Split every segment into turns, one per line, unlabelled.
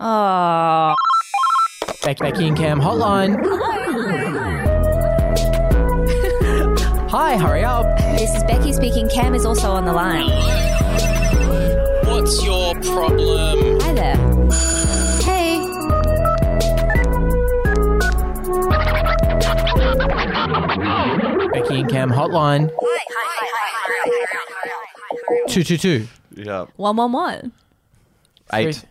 Oh.
Beck, Becky and Cam hotline. Hi, hurry up.
This is Becky speaking. Cam is also on the line.
What's your problem?
Hi there. Hey.
Becky and Cam hotline. 222.
Yeah.
One one one.
Eight.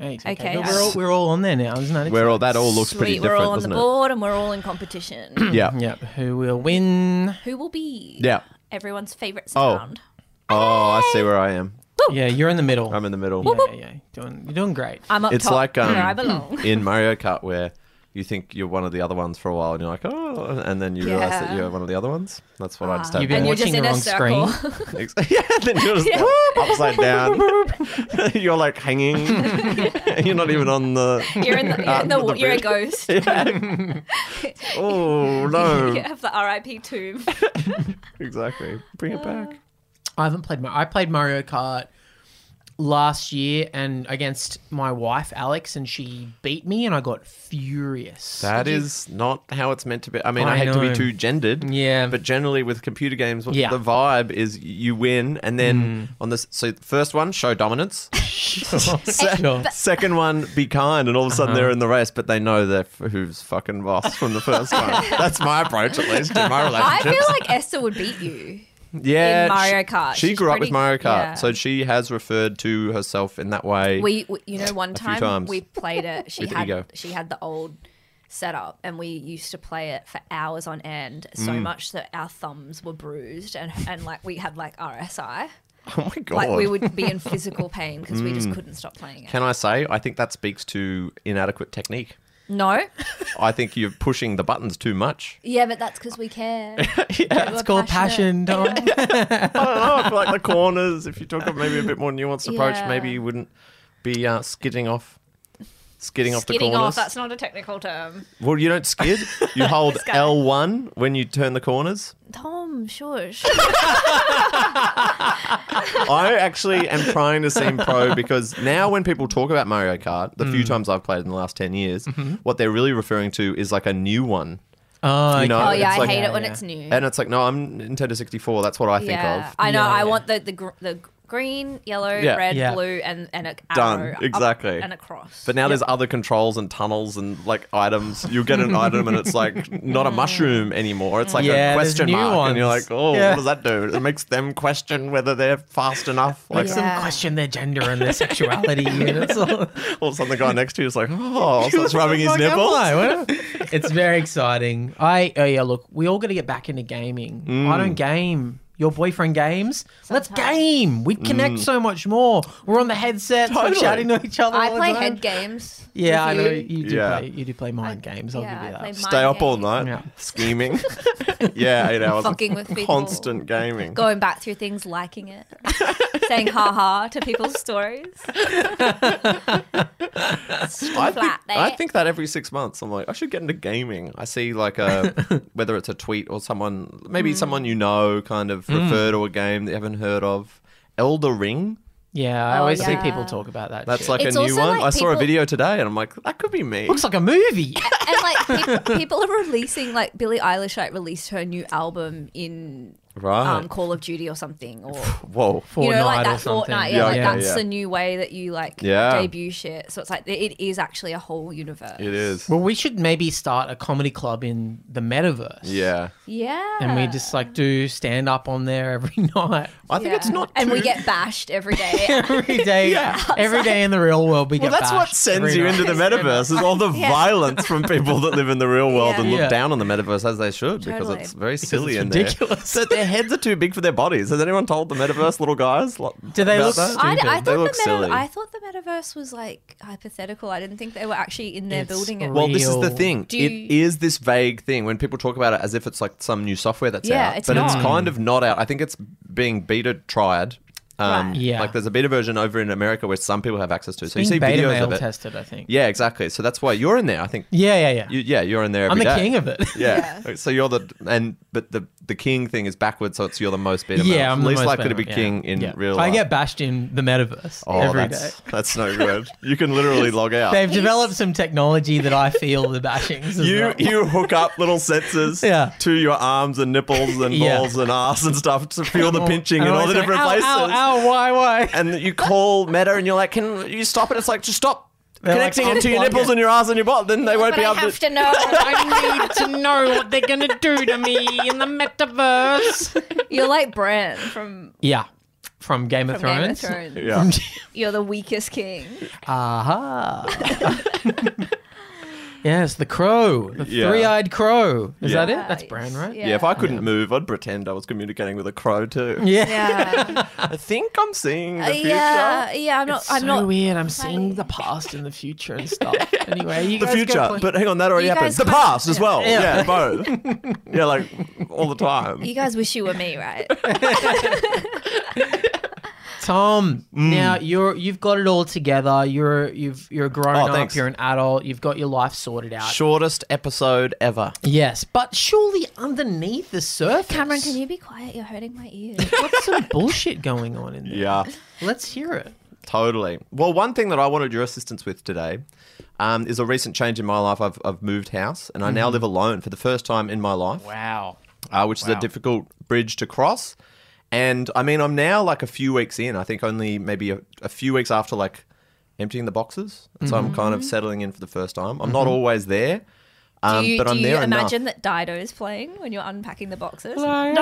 Eight.
Okay.
No, we're, all, we're all on there now, isn't it?
Where all that all looks pretty
Sweet, we're
different,
all on the
doesn't
board and we're all in competition.
it? Yeah.
Yep. Who will win?
Who will be
Yeah.
everyone's favourite
Oh.
sound?
Oh, I see where I am.
Yeah, you're in the middle.
I'm in the middle.
yeah, yeah. Doing, you're doing great.
I'm up
It's
top
like, um,
where I belong.
In Mario Kart, where you think you're one of the other ones for a while, and you're like, oh, and then you realize that
Yeah. Ah.
you're one of the other ones. That's what I just
You've
had.
been
and you're
watching
just in
the
a
wrong
circle.
screen.
yeah, then you're just upside down. you're like hanging. you're not even on the.
you're in the, you're, in the,
Under the
you're a
bridge.
ghost.
Oh no!
You have the RIP tomb.
Exactly. Bring it back.
I haven't played. Mar- I played Mario Kart last year and against my wife Alex, and she beat me, and I got furious.
That is not how it's meant to be. I mean, I,
I
hate to
know.
be too gendered.
Yeah.
But generally, with computer games, what-
Yeah. Mm.
the vibe is you win, and then on this, so first one, show dominance. Se-
Sure.
Second one, be kind, and all of a sudden
Uh-huh.
they're in the race, but they know they're f- who's fucking boss from the first time. That's my approach, at least, in my
I
relationship.
feel like Esther would beat you.
yeah,
in Mario
she-
Kart.
She,
She's
grew up
pretty-
with Mario Kart,
yeah.
so she has referred to herself in that way.
We, we you know, one time
times.
we played it. She
With
had
ego.
she had the old setup, and we used to play it for hours on end. So
Mm.
much that our thumbs were bruised, and and like we had like RSI.
oh my god! Mm.
Like we would be in physical pain because we just couldn't stop playing it.
Can I say? I think that speaks to inadequate technique.
no,
I think you're pushing the buttons too much.
yeah, but that's because we care.
That's called passion, Dom.
I don't know. I feel like the corners, if you took a maybe a bit more nuanced approach,
Yeah.
maybe you wouldn't be uh, skidding off. Skidding off
Skidding
the
off,
corners.
that's not a technical term.
well, you don't skid. You hold
Sky.
L1 when you turn the corners.
Tom, shush.
I actually am trying to seem pro because now when people talk about Mario Kart, the few times I've played in the last 10 years, what they're really referring to is like a new one.
Oh,
You know,
oh yeah,
it's
I
like-
hate it when
yeah.
it's new.
And it's like, no, I'm Nintendo 64. That's what I think
yeah,
of.
I know.
Yeah,
I
yeah.
want the the gr- the green, yellow,
Yeah.
red,
Yeah.
blue, and and a
Done.
arrow up
Exactly.
and across.
But now there's other controls and tunnels and like items. You'll get an item and it's like not a mushroom anymore. It's like
Yeah,
a
there's
question
new
mark. And you're like,
ones.
oh,
Yeah.
what does that do? It makes them question whether they're fast enough. Like,
Makes
Yeah.
them question their gender and their sexuality. and it's all,
or something the guy next to you is like, oh, starts rubbing his nipples.
it's very exciting. I oh yeah, look, we all got to get back into gaming.
Mm.
I don't game. Your boyfriend games. Let's
Sometimes.
game. We connect so much more. We're on the headsets. We're
Mm. Totally.
shouting to each other.
I
all the
play
time.
head games.
Yeah, I
with
know
you.
you do.
Yeah.
Play, you do play mind games. I'll
yeah, I
give
play
you that.
Stay up all
games.
night
Yeah.
scheming. yeah, eight hours. of
Fucking with people.
Constant gaming.
Going back through things, liking it, saying ha ha to people's stories.
I
Stuff
think,
like that.
I think that every six months, I'm like, I should get into gaming. I see like a whether it's a tweet or someone, maybe
Hmm.
someone you know, kind of refer to a game that you haven't heard of. Elder Ring.
Yeah, I
Oh,
always
yeah.
see people talk about that.
That's
shit.
like
It's
a new
also
one.
like
I saw a
people-
video today, and I'm like, that could be me.
looks like a movie.
and like people, people are releasing like Billie Eilish like released her new album in
right.
um, Call of Duty or something or
Whoa.
you know
Fortnite
like
or
that
something.
Fortnite yeah,
Yeah,
like
yeah,
that's
yeah.
the new way that you like
Yeah.
debut shit so it's like it it is actually a whole universe
It is.
Well, we should maybe start a comedy club in the metaverse.
Yeah.
yeah
And we just like do stand up on there every night.
I think it's
Yeah.
not.
and we
too-
get bashed every day
every day, every day in the real world, we
Well,
get
that's what
bashed
sends
every
you
night.
into the metaverse is all the violence from people that live in the real world
Yeah.
and look
Yeah.
down on the metaverse as they should because
Totally.
it's very
Because
silly
it's
and
ridiculous.
Their, their heads are too big for their bodies. Has anyone told the metaverse little guys? lo-
Do they
about
look
that?
stu-
I, d- I
Stupid.
thought
They
the
look
meta-
silly.
I thought the metaverse was like hypothetical. I didn't think they were actually in there
It's
building it.
real.
Well, this is the
Real.
thing.
Do you-
It is this vague thing when people talk about it as if it's like some new software that's
Yeah,
out,
it's
but it's
not.
kind of not out. I think it's being beta tried Um,
Right.
Yeah.
Like there's a beta version over in America where some people have access to. so you
Being
see
beta
videos
male
of it.
tested, I think.
Yeah, exactly. So that's why you're in there. I think.
Yeah, yeah, yeah.
You, yeah, you're in there.
I'm the
every day.
king of it.
Yeah.
Yeah.
So you're the and but the the king thing is backwards, so it's you're the most beta. male.
yeah, I'm the
least
most
likely
beta
to be
male,
king
yeah.
in
Yeah.
real
I
life.
get bashed in the metaverse
oh,
every day.
that's, Oh, That's no good. You can literally log out.
They've developed some technology that I feel the bashings. as
you
well.
you hook up little sensors
Yeah.
to your arms and nipples and
Yeah.
balls and ass and stuff to feel the
I'm all-
pinching
I'm
in all
always
the different
like,
places.
Ow, ow, ow, why, why?
And you call Meta and you're like, "Can you stop it?" It's like, just stop
They're like,
connecting it to your
"Unplug
nipples
it."
and your ass and your butt. Then they won't
but
be
I
able
have to know.
I need to know what they're gonna do to me in the metaverse.
You're like Bran from,
Yeah, from Game of
from Game of
Thrones.
Thrones.
Yeah.
You're the weakest king.
Aha. yes, the crow, the
Yeah.
three-eyed crow. Is
Yeah.
that it?
Uh,
That's Bran, right?
Yeah, if I couldn't move, I'd pretend I was communicating with a crow too.
Yeah.
Yeah.
I think I'm seeing the
Uh,
future.
yeah. Yeah. I'm not.
It's
I'm
so
not.
weird. I'm seeing the past and the future and stuff. Anyway, you
The
guys go
future,
play-
but hang on, that already
You
happened.
guys
The
can't-
past as well.
Yeah.
Yeah, both. yeah, like all the time.
You guys wish you were me, right?
Tom,
Mm.
now you're you've got it all together. You're you've you're grown
Oh,
up.
thanks.
You're an adult. You've got your life sorted out.
Shortest episode ever.
Yes, but surely underneath the surface,
Cameron, can you be quiet? You're hurting my ears.
What's some bullshit going on in there?
Yeah,
Let's hear it.
totally. Well, one thing that I wanted your assistance with today um, is a recent change in my life. I've, I've moved house and I now live alone for the first time in my life.
Wow.
uh, which is
Wow.
a difficult bridge to cross. And I mean, I'm now like a few weeks in. I think only maybe a, a few weeks after like emptying the boxes, and so I'm kind of settling in for the first time. I'm not always there,
Mm-hmm.
um,
do you,
but
do
I'm
you
there enough.
imagine that Dido's playing when you're unpacking the boxes?
I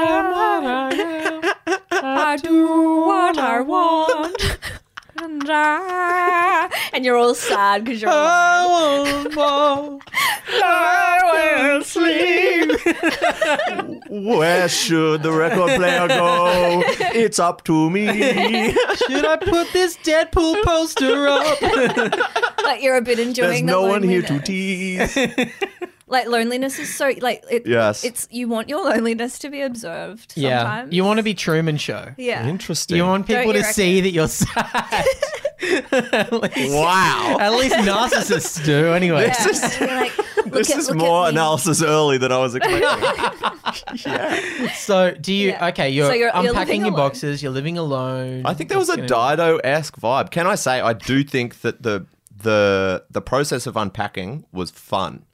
do
what I want. And, I, and you're all sad because you're all
Where should the record player go? it's up to me.
Should I put this Deadpool poster up?
like you're a bit enjoying. the
There's no one here to
loneliness.
tease.
Like loneliness is so like it,
Yes.
It's you want your loneliness to be observed.
yeah.
sometimes.
You want to be Truman Show.
Yeah.
Interesting.
You want people
Don't you
to
reckon?
see that you're sad. at, least,
wow.
at least narcissists do, anyway.
Yeah. And you're like, look
This
at-
is
look at
more
me.
analysis early than I was expecting.
So, do you?
Yeah.
Okay, you're,
So you're- you're
unpacking
living
your
alone.
boxes. You're living alone.
I think there was a
It's gonna-
Dido esque vibe. Can I say I do think that the the the process of unpacking was fun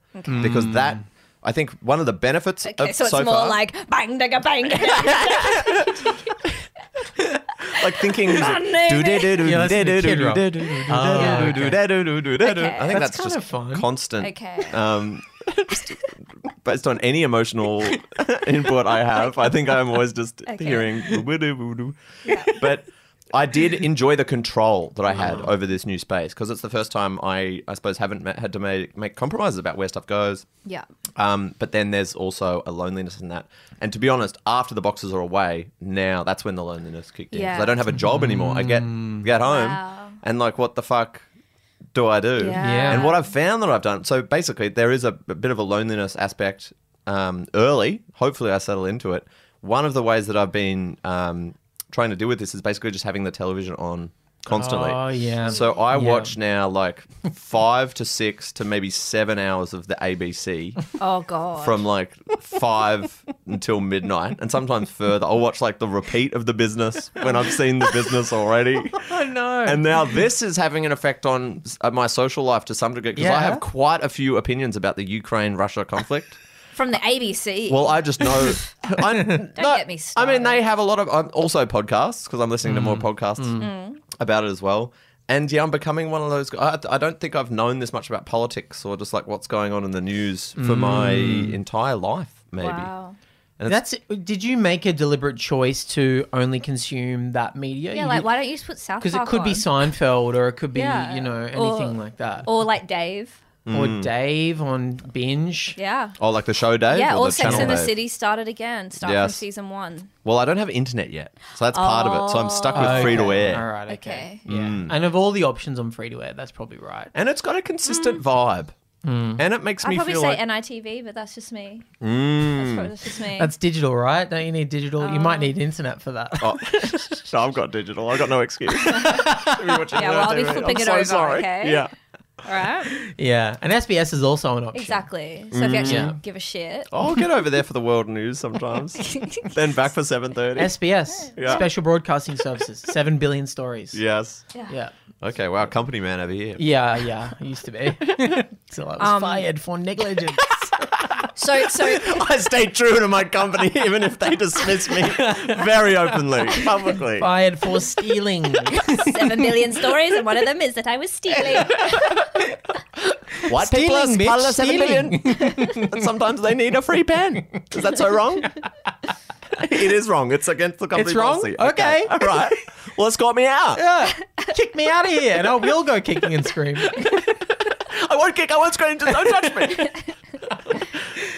because that I think one of the benefits
Okay,
of
so it's more
far-
like bang digga bang. digga.
like thinking music.
name it.
Do-do-do-do,
Yeah, that's the kid
do-do-do-do,
rock. Oh,
do-do-do-do,
Ah,
do-do-do-do, do-do-do-do, do-do-do.
Okay.
I think
That's
that's
kind
just
of fun.
constant.
Okay.
Um, just based on any emotional input I have, I think I'm always just
Okay.
hearing. "Boo-boo-doo-boo-doo." But I did enjoy the control that I had
Mm.
over this new space because it's the first time I, I suppose, haven't ma- had to make, make compromises about where stuff goes.
yeah.
Um, but then there's also a loneliness in that. And to be honest, after the boxes are away, now that's when the loneliness kicked in. 'Cause
Yeah.
I don't have a job anymore. I get get home
Mm. Wow.
and like, what the fuck do I do?
Yeah.
Uh,
And what I've found that I've done. So basically, there is a, a bit of a loneliness aspect um, early. Hopefully, I settle into it. One of the ways that I've been um, trying to deal with this is basically just having the television on constantly.
Oh yeah.
So I
Yeah.
watch now like five to six to maybe seven hours of the ABC
Oh god.
from like five until midnight, and sometimes further. I'll watch like the repeat of the business when I've seen the business already.
Oh no.
And now this is having an effect on s- uh, my social life to some degree because
Yeah.
I have quite a few opinions about the Ukraine Russia conflict.
from the ABC.
Well, I just know. I'm, Don't
get me
I mean,
started.
they have a lot of um, also podcasts because I'm listening to more podcasts Mm. about it as well. And yeah, I'm becoming one of those. gu- I, I don't think I've known this much about politics or just like what's going on in the news for my entire life, maybe.
wow.
And it's-
That's. Did you make a deliberate choice to only consume that media?
Yeah, like why don't you just put South Park
Because it could be
on?
Seinfeld or it could be
Yeah.
you know
Or-
anything like that. Or,
or like Dave.
Hmm.
Dave on binge.
Yeah.
oh, like the show day.
Yeah,
or
all
the
Sex
channel
in the
Dave?
City started again, start from
Yes.
season one.
Well, I don't have internet yet, so that's part of it. So I'm stuck with
Oh,
Okay.
free to air. Hmm.
All right. Okay.
Okay.
Yeah. And of all the options on free to air, that's probably right.
and it's got a consistent vibe. and it makes
I
me
Mm. probably
feel
say
like
NITV, but that's just me.
Mm.
That's, probably, that's just me.
Hmm. That's digital, right? Don't you need digital? You
Uh,
might need internet for that.
Oh, no, I've got digital. I've got no excuse.
Yeah, well, I'll be flipping it over, okay?
Yeah.
All right.
yeah, and SBS is also an option.
Exactly. So if you actually
Mm. Yeah.
give a shit.
I'll get over there for the world news sometimes. then back for 7.30.
SBS,
Yeah.
Special Broadcasting Services, seven billion stories.
Yes.
yeah,
Okay, wow, company man over here.
yeah, yeah. It used to be till I was
Um,
fired for negligence.
So so
I stay true to my company even if they dismiss me very openly, publicly.
fired for stealing.
seven million stories, and one of them is that I was stealing.
White people are
Stealing, bitch,
part of the seven
stealing.
billion. and sometimes they need a free pen. Is that so wrong? it is wrong. It's against the company
It's wrong?
policy.
Okay.
All right. Well, escort me out.
Yeah, kick me out of here, and I will go kicking and screaming.
I won't kick. I won't scream. Just don't touch me.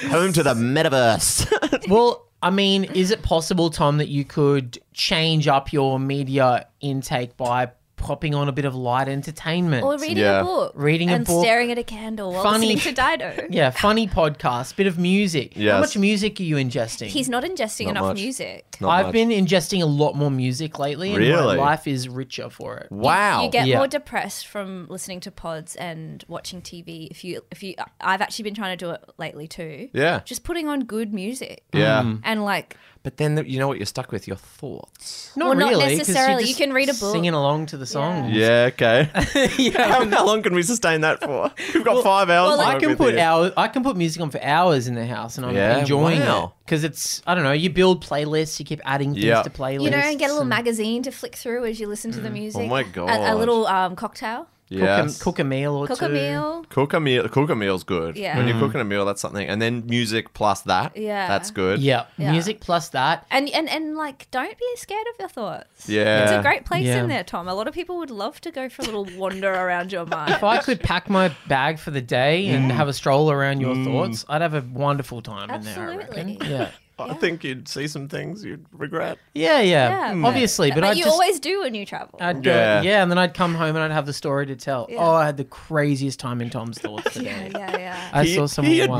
Home to the metaverse.
Well, I mean, is it possible, Tom, that you could change up your media intake by popping on a bit of light entertainment?
Or reading
Yeah.
a book.
Reading a
and
book.
staring at a candle while
Funny.
listening to Dido.
yeah, funny podcast, bit of music. How
Yes.
much music are you ingesting?
He's not ingesting
Not
enough
much.
music.
Not
I've
much.
been ingesting a lot more music lately, and my
Really?
life is richer for it.
Wow.
You get
Yeah.
more depressed from listening to pods and watching TV. If you, if you, I've actually been trying to do it lately too.
Yeah.
Just putting on good music.
yeah.
Hmm.
And like,
But then the, you know what you're stuck with? Your thoughts.
Not
Well, not
really, 'cause you're
necessarily. You
just
can read a book.
singing along to the song.
Yeah, okay.
Yeah.
how, how long can we sustain that for? We've got five hours.
well,
to
I
work
can
with
put
here.
hours. I can put music on for hours in the house, and I'm
Yeah,
enjoying it
wow.
because it's. I don't know. You build playlists. You keep adding things
Yeah.
to playlists.
you know, and get a little
and
magazine to flick through as you listen to the music.
Mm. Oh my
A, a
God.
little um, cocktail.
cook, a-
Yes.
cook a meal or
Cook
two.
a meal.
Cook a meal. Cook a meal's good.
Yeah.
Mm.
When you're cooking a meal, that's something. And then music plus that.
Yeah.
That's good.
Yeah.
Yeah.
music plus that.
And, and and like, don't be scared of your thoughts.
Yeah.
it's a great place
Yeah.
in there, Tom. A lot of people would love to go for a little wander around your mind.
If I could pack my bag for the day
Mm.
and have a stroll around your thoughts, I'd have a wonderful time in
Absolutely.
there. I reckon. Yeah.
I think you'd see some things you'd regret.
Yeah, yeah,
Mm.
Yeah, but-
obviously, but,
But,
I'd
you
just,
always do when you travel.
I'd go, yeah.
Yeah.
and then I'd come home and I'd have the story to tell.
Yeah.
Oh, I had the craziest time in Tom's thoughts today.
yeah, yeah.
I
he,
saw someone
he
once-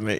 me.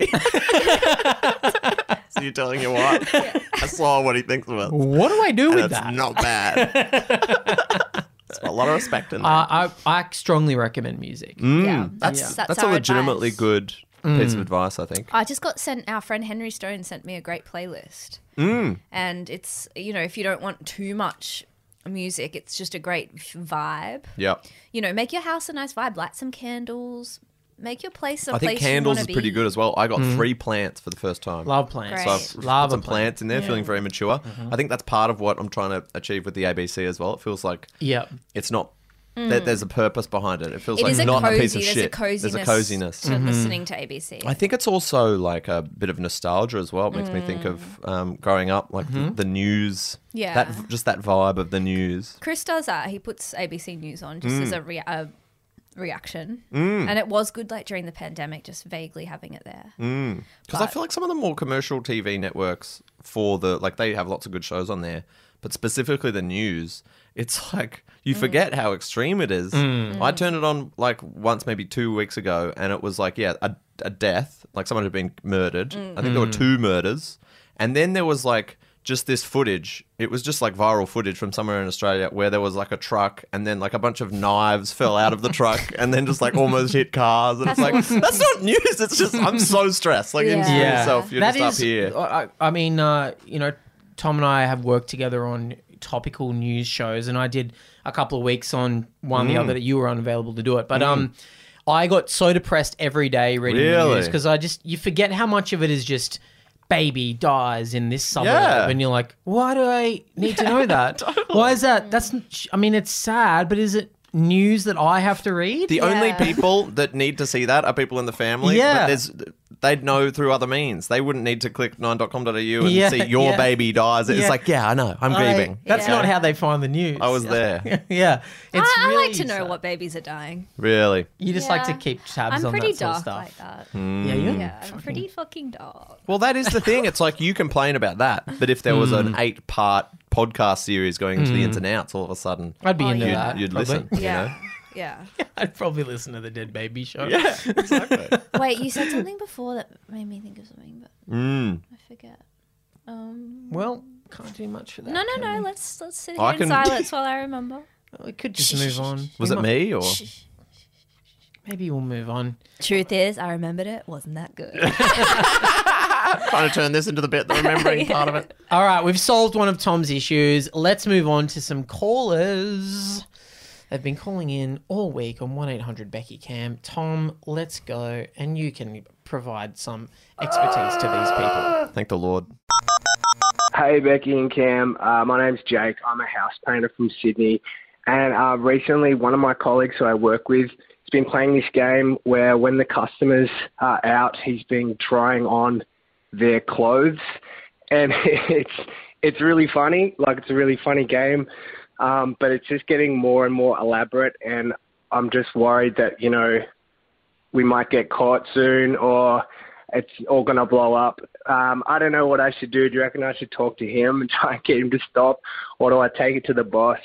so you're telling your wife? I saw what he thinks about.
What do I do with
That's
that?
not bad. It's a lot of respect in that.
I, I I strongly recommend music.
yeah, that's,
Uh, Yeah. Mm.
that's
Mm. That's a
our
legitimately
advice.
good piece of advice, I think.
I just got sent our friend Henry Stone sent me a great playlist,
Mm.
and it's you know if you don't want too much music, it's just a great vibe.
Yeah.
You know, make your house a nice vibe. Light some candles. Make your place a
I
place.
think candles
you
is
wanna
pretty
be.
good as well. I got three plants for the first time.
Mm. Love plants.
Great.
So I've
Love
put some
a plant.
plants in there, feeling very mature. I think that's part of what I'm trying to achieve with the ABC as well. It feels like
Yeah.
it's not. there- there's a purpose behind it. It feels
Mm. It
like
is a
not
cozy.
a piece of
there's
shit.
a coziness.
There's a coziness. Mm-hmm.
to listening to ABC.
Mm. I think it's also like a bit of nostalgia as well. It makes me think of um, growing up, like the, the news.
Mm. Yeah.
That v- just that vibe of the news.
Chris does that. He puts ABC News on just
Mm.
as a, rea- a reaction, and it was good like during the pandemic, just vaguely having it there.
Mm. Because I feel like some of the more commercial TV networks for the like they have lots of good shows on there, but specifically the news, it's like you forget how extreme it is. I turned it on like once, maybe two weeks ago, and it was like yeah, a, a death, like someone had been murdered. I think there were two murders, and then there was like just this footage. It was just like viral footage from somewhere in Australia where there was like a truck and then like a bunch of knives fell out of the truck and then just like almost hit cars. And it's like, that's not news. It's just, I'm so stressed. Like, in
Yeah.
Yeah.
yourself, you're
That is-
just up here.
I, I- I mean, uh, you know, Tom and I have worked together on topical news shows, and I did a couple of weeks on one
Mm.
the other that you were unavailable to do it. But um, I got so depressed every day reading the
Really?
news because I just you forget how much of it is just baby dies in this suburb,
Yeah.
and you're like, why do I need to know that? Why is that? That's I mean, it's sad, but is it news that I have to read?
The only
Yeah.
people that need to see that are people in the family.
Yeah.
But there's, they'd know through other means. They wouldn't need to click 9.com.au and
Yeah,
see your
yeah.
baby dies. It's
Yeah.
like, yeah, I know. I'm
I-
grieving.
that's
Yeah.
not how they find the news.
I was there.
yeah, it's
I, I like to
really
know
sad.
what babies are dying.
really.
You just like to
Yeah.
keep tabs
I'm
on
pretty
that sort of
dark
stuff.
like that.
Yeah, you
Yeah, I'm pretty Mm, fucking dark.
Well, that is the thing. It's like you complain about that, but if there was an eight-part podcast series going into the ins and outs, all of a sudden
I'd be
Oh,
into
yeah.
that.
you'd
probably.
listen. You know?
Yeah. Yeah.
I'd probably listen to the Dead Baby show.
Yeah, exactly.
Wait, you said something before that made me think of something, but
mm.
I forget. Um,
Well, can't do much for that.
no, no,
can
no.
we?
Let's let's sit
I
here in
can-
silence while I remember.
We could just move on.
Was
We
it
might-
me or?
Maybe we'll move on.
Truth is, I remembered it. Wasn't that good?
trying to turn this into the bit, the remembering part of it.
All right, we've solved one of Tom's issues. Let's move on to some callers. They've been calling in all week on 1 800 Becky Cam. Tom, let's go. And you can provide some expertise to these people.
Thank the Lord.
Hey, Becky and Cam. Uh, my name's Jake. I'm a house painter from Sydney. And uh, recently, one of my colleagues who I work with has been playing this game where when the customers are out, he's been trying on their clothes. And it's, it's really funny. Like, it's a really funny game. Um, but it's just getting more and more elaborate. And I'm just worried that, you know, we might get caught soon or it's all going to blow up. Um, I don't know what I should do. Do you reckon I should talk to him and try and get him to stop? Or do I take it to the boss?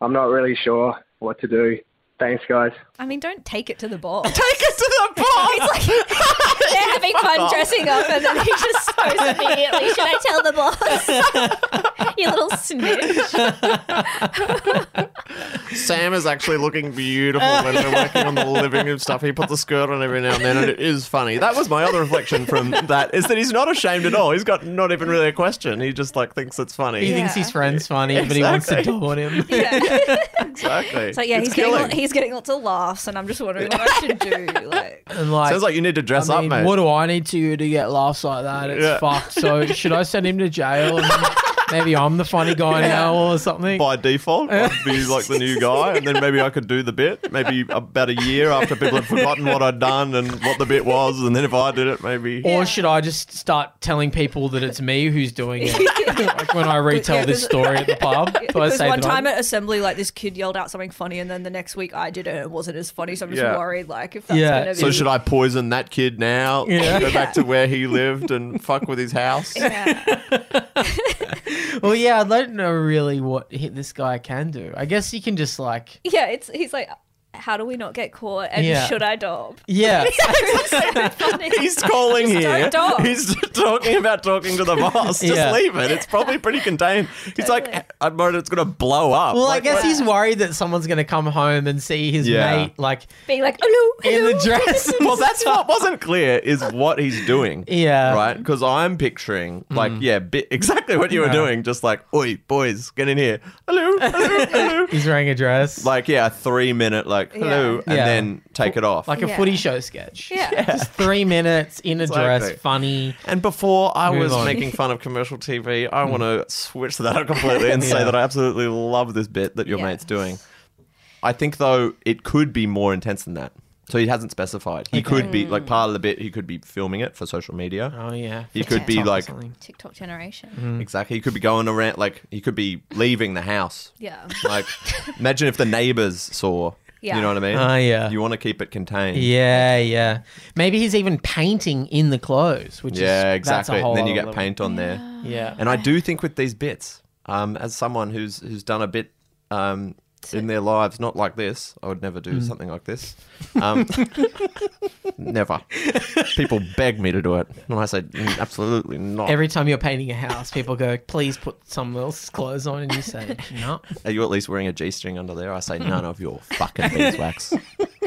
I'm not really sure what to do. Thanks, guys.
I mean, don't take it to the ball.
Take us to the bar.
It's like they're having fun dressing up, and then he just throws immediately. Should I tell the boss? you little snitch.
Sam is actually looking beautiful when we're working on the living room stuff. He puts a skirt on every now and then, and it is funny. That was my other reflection from that is that he's not ashamed at all. He's got not even really a question. He just like thinks it's funny.
He thinks
Yeah.
his friend's funny, but he wants to
Exactly.
taunt him.
Yeah.
Exactly.
So yeah,
It's
he's getting,
killing.
lo- he's getting lots of laughs, and I'm just wondering what I should do. Like,
And like,
Sounds like you need to dress
I
up,
mean,
mate.
What do I need to do to get laughs like that? It's
Yeah.
fucked. So should I send him to jail? And maybe I'm the funny guy now or something.
by default, I'd be like the new guy, and then maybe I could do the bit. Maybe about a year after people had forgotten what I'd done and what the bit was, and then if I did it, maybe.
Or should I just start telling people that it's me who's doing it? like when I retell
Yeah,
this
'cause-
story at the pub. Do I
because
say
one
that I'm-
time at assembly, like this kid yelled out something funny, and then the next week I did it, and it wasn't as funny. So I'm just
Yeah.
worried, like, if that's
Yeah.
gonna be.
So should I poison that kid now?
Yeah.
Go back to where he lived and fuck with his house.
Yeah.
well, yeah, I don't know really what he, this guy can do. I guess he can just like,
yeah, it's he's like, how do we not get caught? And
Yeah.
should I dob?
yeah,
It's so funny.
He's calling
Just don't
here.
talk.
He's talking about talking to the boss. Just
Yeah.
leave it. It's probably pretty contained. He's
Totally.
like, I'm worried it's gonna blow up.
Well, I
Like,
guess
what-
he's worried that someone's going to come home and see his
Yeah.
mate like
being like, hello,
in
hello.
the dress.
Well, that's what wasn't clear is what he's doing.
Yeah. Hmm.
Right? Because I'm picturing, like, yeah, bi- exactly what you were
Yeah.
doing. Just like, oi, boys, get in here. Hello, hello, hello.
He's wearing a dress.
like, yeah, a three minute, like, hello, and
Yeah.
then take it off.
like a
Yeah.
footy show sketch.
Yeah.
Just three minutes in a
Exactly.
dress, funny.
And before I
Move
was
on. Hmm.
making fun of commercial TV, I want to switch that up completely and say
Yeah.
that I absolutely love this bit that your
Yeah.
mate's doing. I think though it could be more intense than that. So he hasn't specified. He could be like part of the bit. He could be filming it for social media.
Oh yeah. Hmm.
He could be
TikTok Mm-hmm. or
like
something.
TikTok generation.
exactly. He could be going around like he could be leaving the house.
Yeah.
Like imagine if the neighbors saw.
Yeah.
You know what I mean?
Oh, yeah.
You want to keep it contained.
Yeah, yeah. Maybe he's even painting in the clothes, which is
Yeah,
that's a
exactly.
whole
And then you
other
get
level.
paint on there.
Yeah.
And I do think with these bits, um, as someone who's who's done a bit um, in their lives, not like this, I would never do
Mm.
something like this. Um, never. People beg me to do it, and I say "Mm, absolutely not.
Every time you're painting a house, people go, "Please put someone else's clothes on," and you say, "No."
Are you at least wearing a g-string under there? I say
Hmm.
none of your fucking beeswax.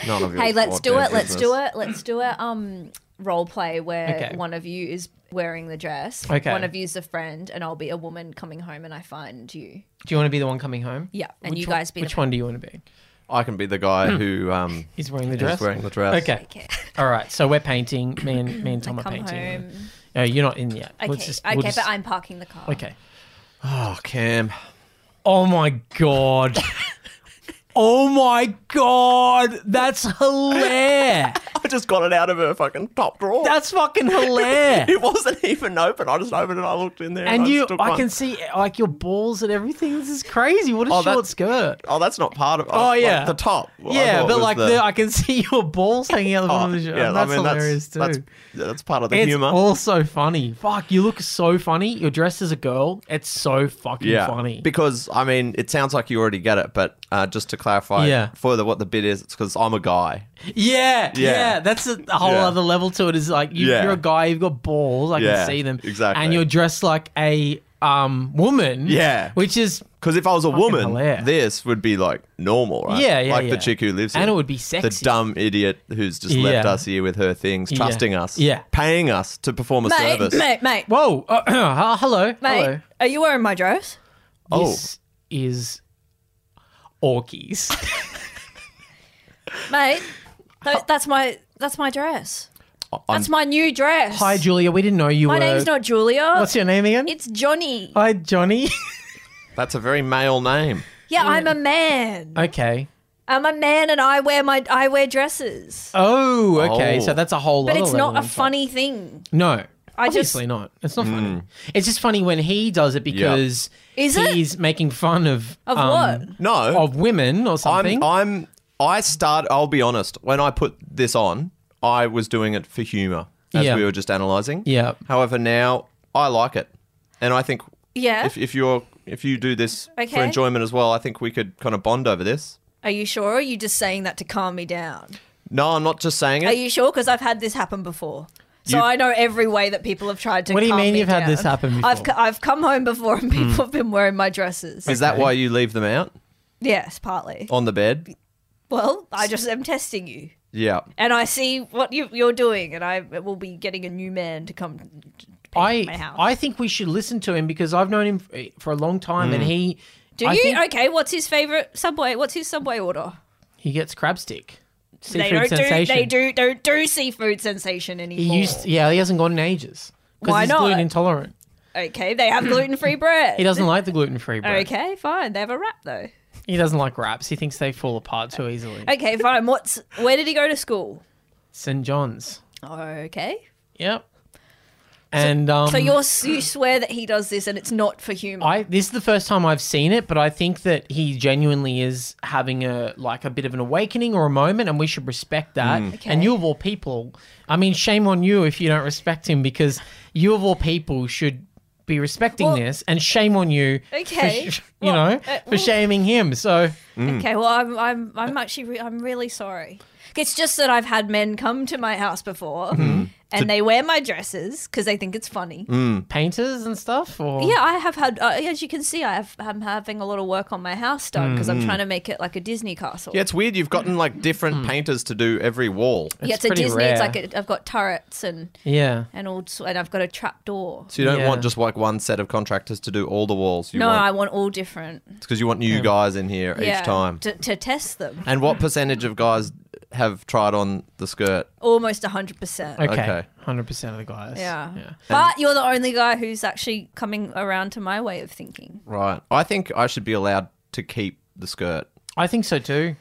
None of your.
Hey, let's do it.
goddamn
Let's do
business."
it. Let's do it. Um, role play where
Okay.
one of you is wearing the dress,
Okay.
one of you's a friend, and I'll be a woman coming home, and I find you.
Do you want to be the one coming home?
Yeah, and
Which
you
one-
guys be the-
Which one do you want to be?
I can be the guy who um,
He's wearing the Hmm. dress.
is wearing the dress.
Okay.
Okay.
All right. So we're painting. Me and me and Tom are
come
painting.
home.
No, you're not in yet.
Okay.
Let's just-
okay,
we'll just-
but I'm parking the car.
okay.
Oh, Cam.
Oh my god. Oh my god, that's hilarious.
I just got it out of her fucking top drawer.
That's fucking hilarious.
it wasn't even open. I just opened it. I looked in there, and,
and
I
you,
just took
I
one.
can see like your balls and everything. This is crazy. What a
Oh,
short
that's-
skirt.
Oh, that's not part of.
Oh,
like,
yeah.
the top. I
yeah,
thought
but
was
like the... I can see your balls hanging out the
Oh,
bottom of the shirt. that's hilarious too.
That's, yeah, that's part of the
it's
humor.
also funny. Fuck, you look so funny. You're dressed as a girl. It's so fucking
yeah,
funny.
because I mean, it sounds like you already get it, but uh, just to clarify
Yeah.
further what the bit is, it's because I'm a guy.
Yeah, yeah,
Yeah.
That's a whole
Yeah.
other level to it. Is like you,
Yeah.
you're a guy, you've got balls. I
Yeah,
can see them
exactly.
and you're dressed like a um woman.
Yeah.
which is
Because if I was a woman,
hilarious.
this would be like normal, right?
Yeah, yeah,
Like
yeah.
the chick who lives
And
here.
it would be sexy.
The dumb idiot who's just left
Yeah.
us here with her things,
Yeah.
trusting us,
Yeah.
paying us to perform a
mate,
service.
mate, mate,
whoa. Uh, hello,
mate.
hello.
Are you wearing my dress?
Oh.
This is Orkies.
mate.
Oh.
tha- that's my that's my dress.
I'm-
That's my new dress.
Hi, Julia. We didn't know you
my
were.
name's not Julia.
What's your name again?
it's Johnny.
Hi, Johnny.
That's a very male name.
yeah, I'm a man.
okay.
I'm a man, and I wear my I wear dresses.
Oh, okay.
Oh.
So that's a whole.
But
other
it's not
level
a
on top.
funny thing.
No.
I just-
Obviously not. It's not
Hmm.
funny. It's just funny when he does it because
Is it?
he's making fun of
Of
um,
what?
No,
of women or something.
I'm, I'm, I start. I'll be honest. When I put this on, I was doing it for humor, as
Yeah.
we were just analyzing.
Yeah.
However, now I like it, and I think
Yeah.
if, if you're if you do this for
Okay.
enjoyment as well, I think we could kind of bond over this.
Are you sure? Or are you just saying that to calm me down?
No, I'm not just saying
Are
it.
you sure? Because I've had this happen before. So
You-
I know every way that people have tried to.
What do you
calm
mean
me
you've had
down.
this happen before? Hmm.
I've c- I've come home before and people have been wearing my dresses.
Is that why you leave them out
yes, partly.
on the bed?
Well, I just am testing you,
Yeah.
and I see what you, you're doing, and I will be getting a new man to come to paint my
I
house.
I think we should listen to him because I've known him f- for a long time
Hmm.
and he
do
I
you?
think
Okay, what's his favorite subway? What's his subway order?
he gets crab stick.
they don't
Seafood sensation.
do they do don't do seafood sensation anymore.
He used yeah, he hasn't gone in ages. Because
Why
he's
not?
gluten intolerant.
okay, they have gluten free bread.
He doesn't like the gluten free bread.
Okay, fine. They have a wrap though.
He doesn't like wraps. He thinks they fall apart too easily.
Okay, fine. What's where did he go to school?
St. John's.
Okay.
Yep. And um,
So you're, you swear that he does this and it's not for humor.
I this is the first time I've seen it, but I think that he genuinely is having a like a bit of an awakening or a moment, and we should respect that.
Okay.
And you of all people, I mean, shame on you if you don't respect him, because you of all people should be respecting
Well-
this, and shame on you. for
Okay.
sh- you
Well,
know,
uh,
for shaming him. So
Mm.
Okay, well, I'm, I'm,
Uh,
I'm actually, re- I'm really sorry. It's just that I've had men come to my house before
Mm-hmm.
Mm-hmm.
and they wear my dresses because they think it's funny.
Mm.
painters and stuff, or
Yeah, I have had, uh, as you can see, I have, I'm having a lot of work on my house done because I'm trying to make it like a Disney castle.
Mm-hmm. Yeah, it's weird. You've gotten like different
Hmm.
painters to do every wall.
Yeah,
It's
it's, a
pretty
Disney. It's
rare.
like a, I've got turrets and
yeah.
and all, s- and I've got a trap door.
So you don't
Yeah.
want just like one set of contractors to do all the walls. You
No, I
want
want all different.
because you want new guys in here
yeah,
each time.
to, to test them.
And what percentage of guys have tried on the skirt?
Almost hundred percent.
Okay,
Okay.
hundred percent of the guys.
Yeah.
yeah.
But you're the only guy who's actually coming around to my way of thinking.
Right. I think I should be allowed to keep the skirt.
I think so too,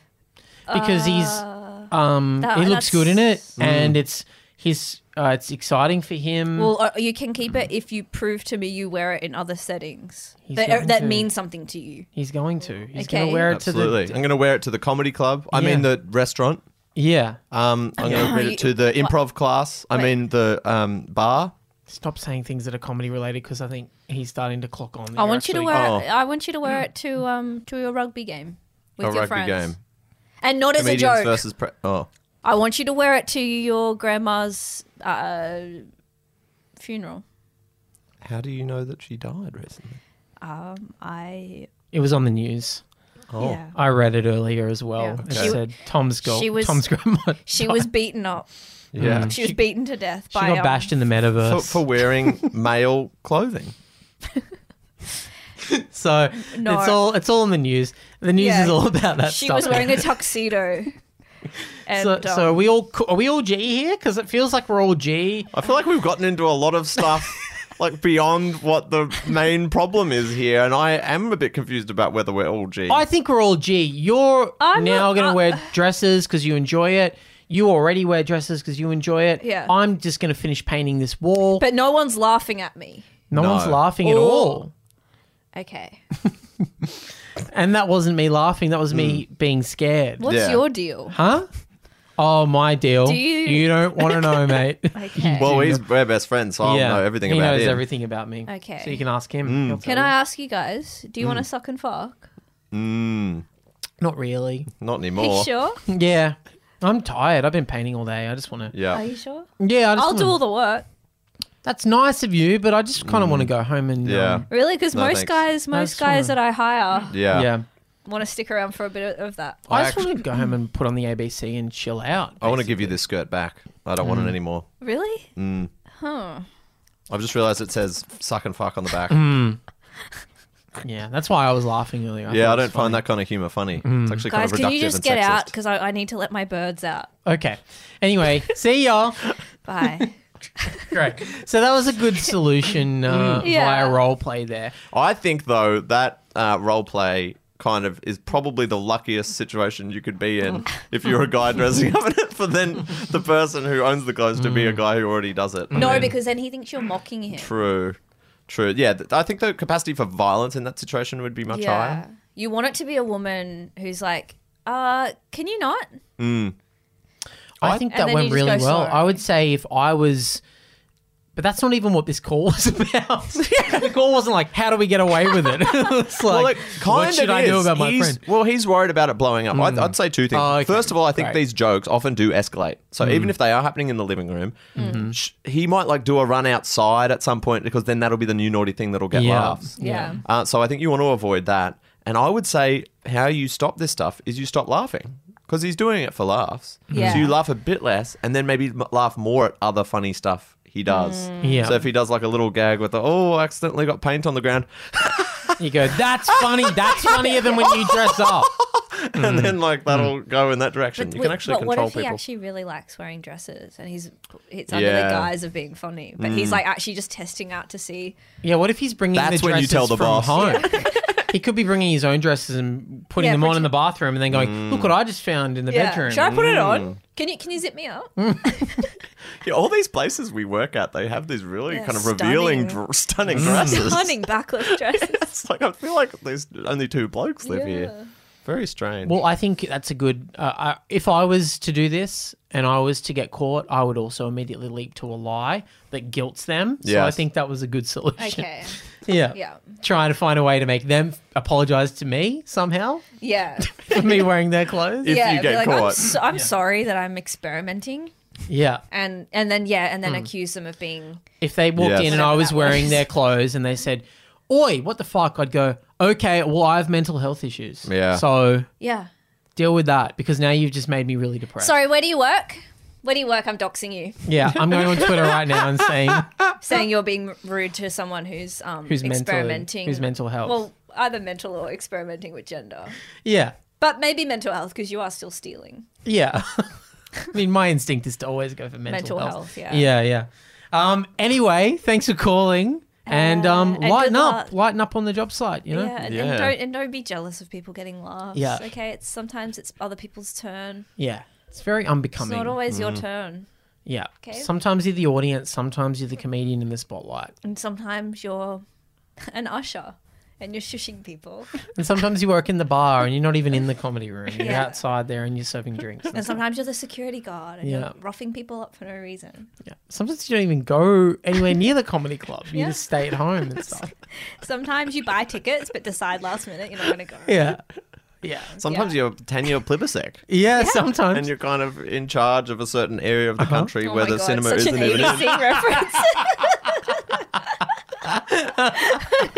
because he's um
Ah. that-
he
that's-
looks good in it,
Mm.
and it's his uh, it's exciting for him.
Well, uh, you can keep it if you prove to me you wear it in other settings
He's
that, uh,
going
that
to.
means something to you.
he's going to he's
Okay.
going to wear it
Absolutely.
to
I'm
the
going to wear it to the comedy club. I
Yeah.
mean the restaurant.
yeah.
Um, I'm going to wear
you-
it to the improv class. I mean the um, bar.
Stop saying things that are comedy related because I think he's starting to clock on. that
I
you're
want you to
actually-
wear.
Oh.
It, I want you to wear it
Mm.
to um to your rugby game with
A
your
rugby
friends,
game.
and not as a
Comedians
joke.
versus pre- oh.
I want you to wear it to your grandma's uh, funeral.
How do you know that she died recently?
I
It was on the news.
Oh.
yeah.
I read it earlier as well.
Yeah.
It
She-
said Tom's girl.
she was-
Tom's grandma. Mm.
She was beaten up.
Yeah.
She was beaten to death
She
by
got
um,
bashed in the
For,
metaverse.
for wearing male clothing.
so
No.
it's all it's all in the news. The news
Yeah.
is all about that
She
stuff.
was wearing a tuxedo. And,
so,
um,
so are we all co- are we all G here? Because it feels like we're all G.
I feel like we've gotten into a lot of stuff like beyond what the main problem is here, and I am a bit confused about whether we're all G.
I think we're all G. You're
I'm
now
not- uh,
going to
I-
wear dresses because you enjoy it. You already wear dresses because you enjoy it.
Yeah.
I'm just going to finish painting this wall.
But no one's laughing at me.
no, one's
No.
laughing at
Ooh.
all.
Okay.
And that wasn't me laughing. That was me
Mm.
being scared.
What's
Yeah.
your deal?
Huh? Oh, my deal.
Do you-
don't want to know, mate.
Okay.
Well, he's, we're best friends, so I'll
yeah.
know everything
he
about
knows
him. Mm.
everything about me.
Okay.
So you can ask him. He'll
Can
tell
I
you.
ask you guys, do you want to suck and fuck?
Not really.
Mm, Not
Are
anymore.
you sure?
Yeah. I'm tired. I've been painting all day. I just want to.
Yeah.
Are you sure?
Yeah, I just
I'll
wanna,
do all the work.
That's nice of you, but I just kind of want to go home and
Mm. Yeah.
um,
Really? Because
No,
most
thanks.
guys,
I
most
just wanna-
guys that I hire
yeah.
yeah.
want to stick around for a bit of that.
I,
I
just want to go home and put on the ABC and chill out.
I want to give you this skirt back. I don't want
Mm.
it anymore.
Really?
Mm. I've just realised it says suck and fuck on the back.
Mm. Yeah, that's why I was laughing earlier.
Yeah, I
thought it
don't
was
find that kind of humour funny.
Mm.
It's actually
Guys,
kind of reductive
can you just
and
get
sexist.
out? Because I, I need to let my birds out.
funny. Okay. Anyway, see y'all.
Bye.
Great. So that was a good solution uh,
Mm.
Yeah.
via role play there.
I think though that uh, role play kind of is probably the luckiest situation you could be in if you're a guy dressing up in it for then the person who owns the clothes to
Mm.
be a guy who already does it.
no, because then he thinks you're mocking him.
True. True. Yeah, th- I think the capacity for violence in that situation would be much higher.
You want it to be a woman who's like, uh, can you not?
I
And
think that
then
went
you just
really well.
go, "Sorry."
I would say if I was. But that's not even what this call was about. the call wasn't like, how do we get away with it? it's like,
Well, it
what
of
should I do
is.
about my
He's-
friend?
Well, he's worried about it blowing up. I'd, I'd say two things.
Oh, okay.
First of all, I think
Great. Mm.
these jokes often do escalate. So even if they are happening in the living room,
Mm-hmm.
sh- he might like do a run outside at some point because then that'll be the new naughty thing that'll get
Yeah.
laughs.
Yeah.
Uh, so I think you want to avoid that. And I would say how you stop this stuff is you stop laughing because he's doing it for laughs.
Yeah.
So you laugh a bit less and then maybe m- laugh more at other funny stuff he does.
Mm.
Yeah.
So if he does like a little gag with the, oh, I accidentally got paint on the ground,
You go, that's funny. That's funnier than when you dress up.
and then like that'll go in that direction. you
Wait,
can actually
but what
control
if he
people.
actually really likes wearing dresses and he's it's under the
Yeah. Mm.
guise of being funny, but he's like actually just testing out to see.
Yeah, what if he's bringing
That's
the
when you
dresses
tell the
from
boss.
home? he could be bringing his own dresses and putting
Yeah,
them on in
pretend-
the bathroom and then going, look what I just found in Hmm. the
Yeah.
bedroom.
Should I put it on? Can you can you zip me up?
Yeah, all these places we work at, they have these really
Yeah,
kind of revealing,
stunning.
dr- stunning dresses.
Stunning backless dresses.
It's like I feel like there's only two blokes live here. Very strange.
Well, I think that's a good. Uh, I, if I was to do this and I was to get caught, I would also immediately leap to a lie that guilts them. So I
Yes.
think that was a good solution.
Okay.
Yeah.
Yeah.
Trying to find a way to make them apologize to me somehow
Yeah.
for me wearing their clothes.
If
yeah.
you
be
get
like, I'm,
caught.
so, I'm sorry that I'm experimenting.
yeah.
And and then yeah, and then
Hmm.
accuse them of being
If they walked
Yes.
in and
Whatever
I was
that
wearing
was.
their clothes and they said, Oi, what the fuck? I'd go, Okay, well, I have mental health issues.
Yeah.
So
yeah.
deal with that because now you've just made me really depressed.
Sorry, where do you work? Where do you work? I'm doxing you,
Yeah. I'm going on Twitter right now and saying
saying you're being rude to someone who's um
who's
experimenting.
mental, who's mental health.
Well, either mental or experimenting with gender.
yeah.
But maybe mental health because you are still stealing.
Yeah. I mean, my instinct is to always go for mental,
Mental
health.
health, yeah.
Yeah. Yeah. Um, anyway, thanks for calling and, um,
Uh, and
lighten
good
up,
luck.
lighten up on the job site, you know?
Yeah, and,
Yeah.
and don't and don't be jealous of people getting laughs.
Yeah.
Okay, it's sometimes it's other people's turn.
Yeah. It's very
It's
unbecoming.
not always
Mm.
your turn,
yeah.
Okay.
Sometimes you're the audience, sometimes you're the comedian in the spotlight.
and sometimes you're an usher and you're shushing people,
And sometimes you work in the bar and you're not even in the comedy room. You're
Yeah.
outside there and you're serving drinks.
and sometimes you're the security guard and
Yeah.
you're roughing people up for no reason.
Yeah. Sometimes you don't even go anywhere near the comedy club. You just stay at home and stuff.
Sometimes you buy tickets but decide last minute you're not going to go.
Yeah. Yeah.
Sometimes you're Tanya Plibersek.
Yeah,
And
sometimes.
you're kind of in charge of a certain area of the country
Oh
where
my
the
God,
cinema
such
isn't
an
even in.
80s scene reference.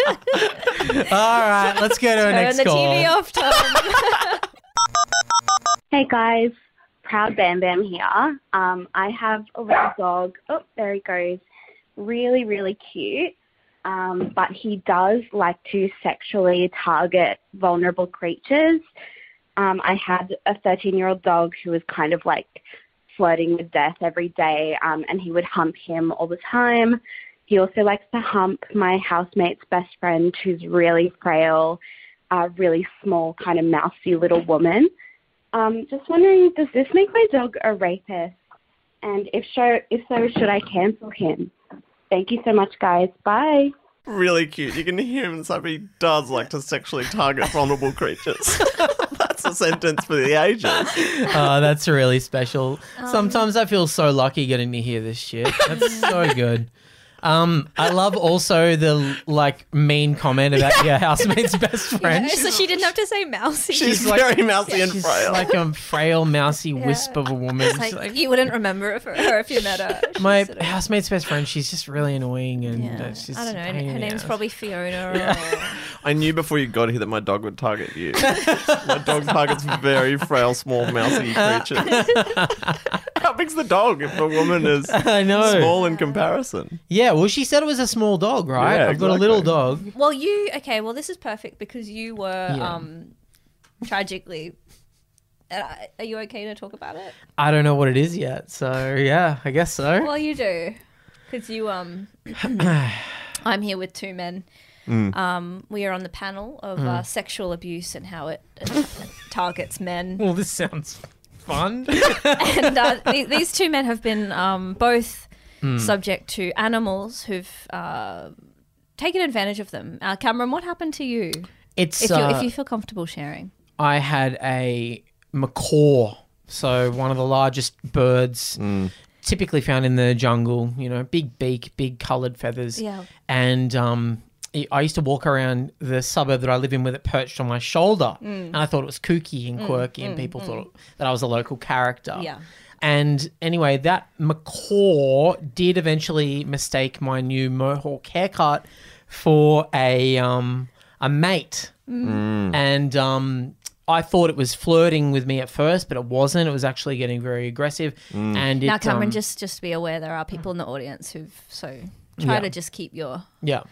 All right, let's go to our
Turn
next
the
call.
TV off, Tom.
Hey guys, proud Bam Bam here. Um, I have a little dog. Oh, there he goes. Really, really cute. Um, but he does like to sexually target vulnerable creatures. Um, I had a 13 year old dog who was kind of like flirting with death every day, um, and he would hump him all the time. He also likes to hump my housemate's best friend, who's really frail, uh, really small, kind of mousy little woman Um, just wondering, does this make my dog a rapist? And if so, if so, should I cancel him? Thank you so much, guys. Bye.
Really cute. You can hear him inside, but he does like to sexually target vulnerable creatures. That's a sentence for the ages.
Oh, that's really special.
Um,
Sometimes I feel so lucky getting to hear this shit. That's so good. Um, I love also the like mean comment about your housemate's best friend.
so she didn't have to say mousy.
She's,
like-
very mousy and
She's
frail.
like a frail, mousy wisp of a woman.
It's like,
She's like,
you wouldn't remember it for her if you met her. She's
my
sort of-
housemate's best friend. She's just really annoying, and
yeah.
uh, she's
I don't know.
a pain in
Her
the
name's
ass.
probably Fiona. Or,
I knew before you got here that my dog would target you. my dog targets very frail, small, mousy creatures. How big's the dog if a woman is
I know.
small in comparison?
Yeah, well, she said it was a small dog, right?
Yeah,
I've got a little
exactly.
dog.
Well, you okay? Well, this is perfect because you were
Yeah.
um, tragically. Uh, are you okay to talk about it?
I don't know what it is yet, so yeah, I guess so.
Well, you do, because you um, I'm here with two men. Um, we are on the panel of uh, sexual abuse and how it uh, targets men.
Well, this sounds fun.
and uh, th- these two men have been um, both subject to animals who've uh, taken advantage of them. Uh, Cameron, what happened to you?
it's
If,
uh,
you? if you feel comfortable sharing.
I had a macaw, so one of the largest birds typically found in the jungle, you know, big beak, big coloured feathers.
Yeah.
And um, I- I used to walk around the suburb that I live in with it perched on my shoulder.
Mm.
And I thought it was kooky and quirky, and people thought that I was a local character.
Yeah.
And anyway, that macaw did eventually mistake my new mohawk haircut for a um, a mate and um, I thought it was flirting with me at first, but it wasn't. It was actually getting very aggressive. And it,
Now, Cameron,
um,
just just be aware there are people in the audience who've so try
Yeah.
to just keep your
yeah.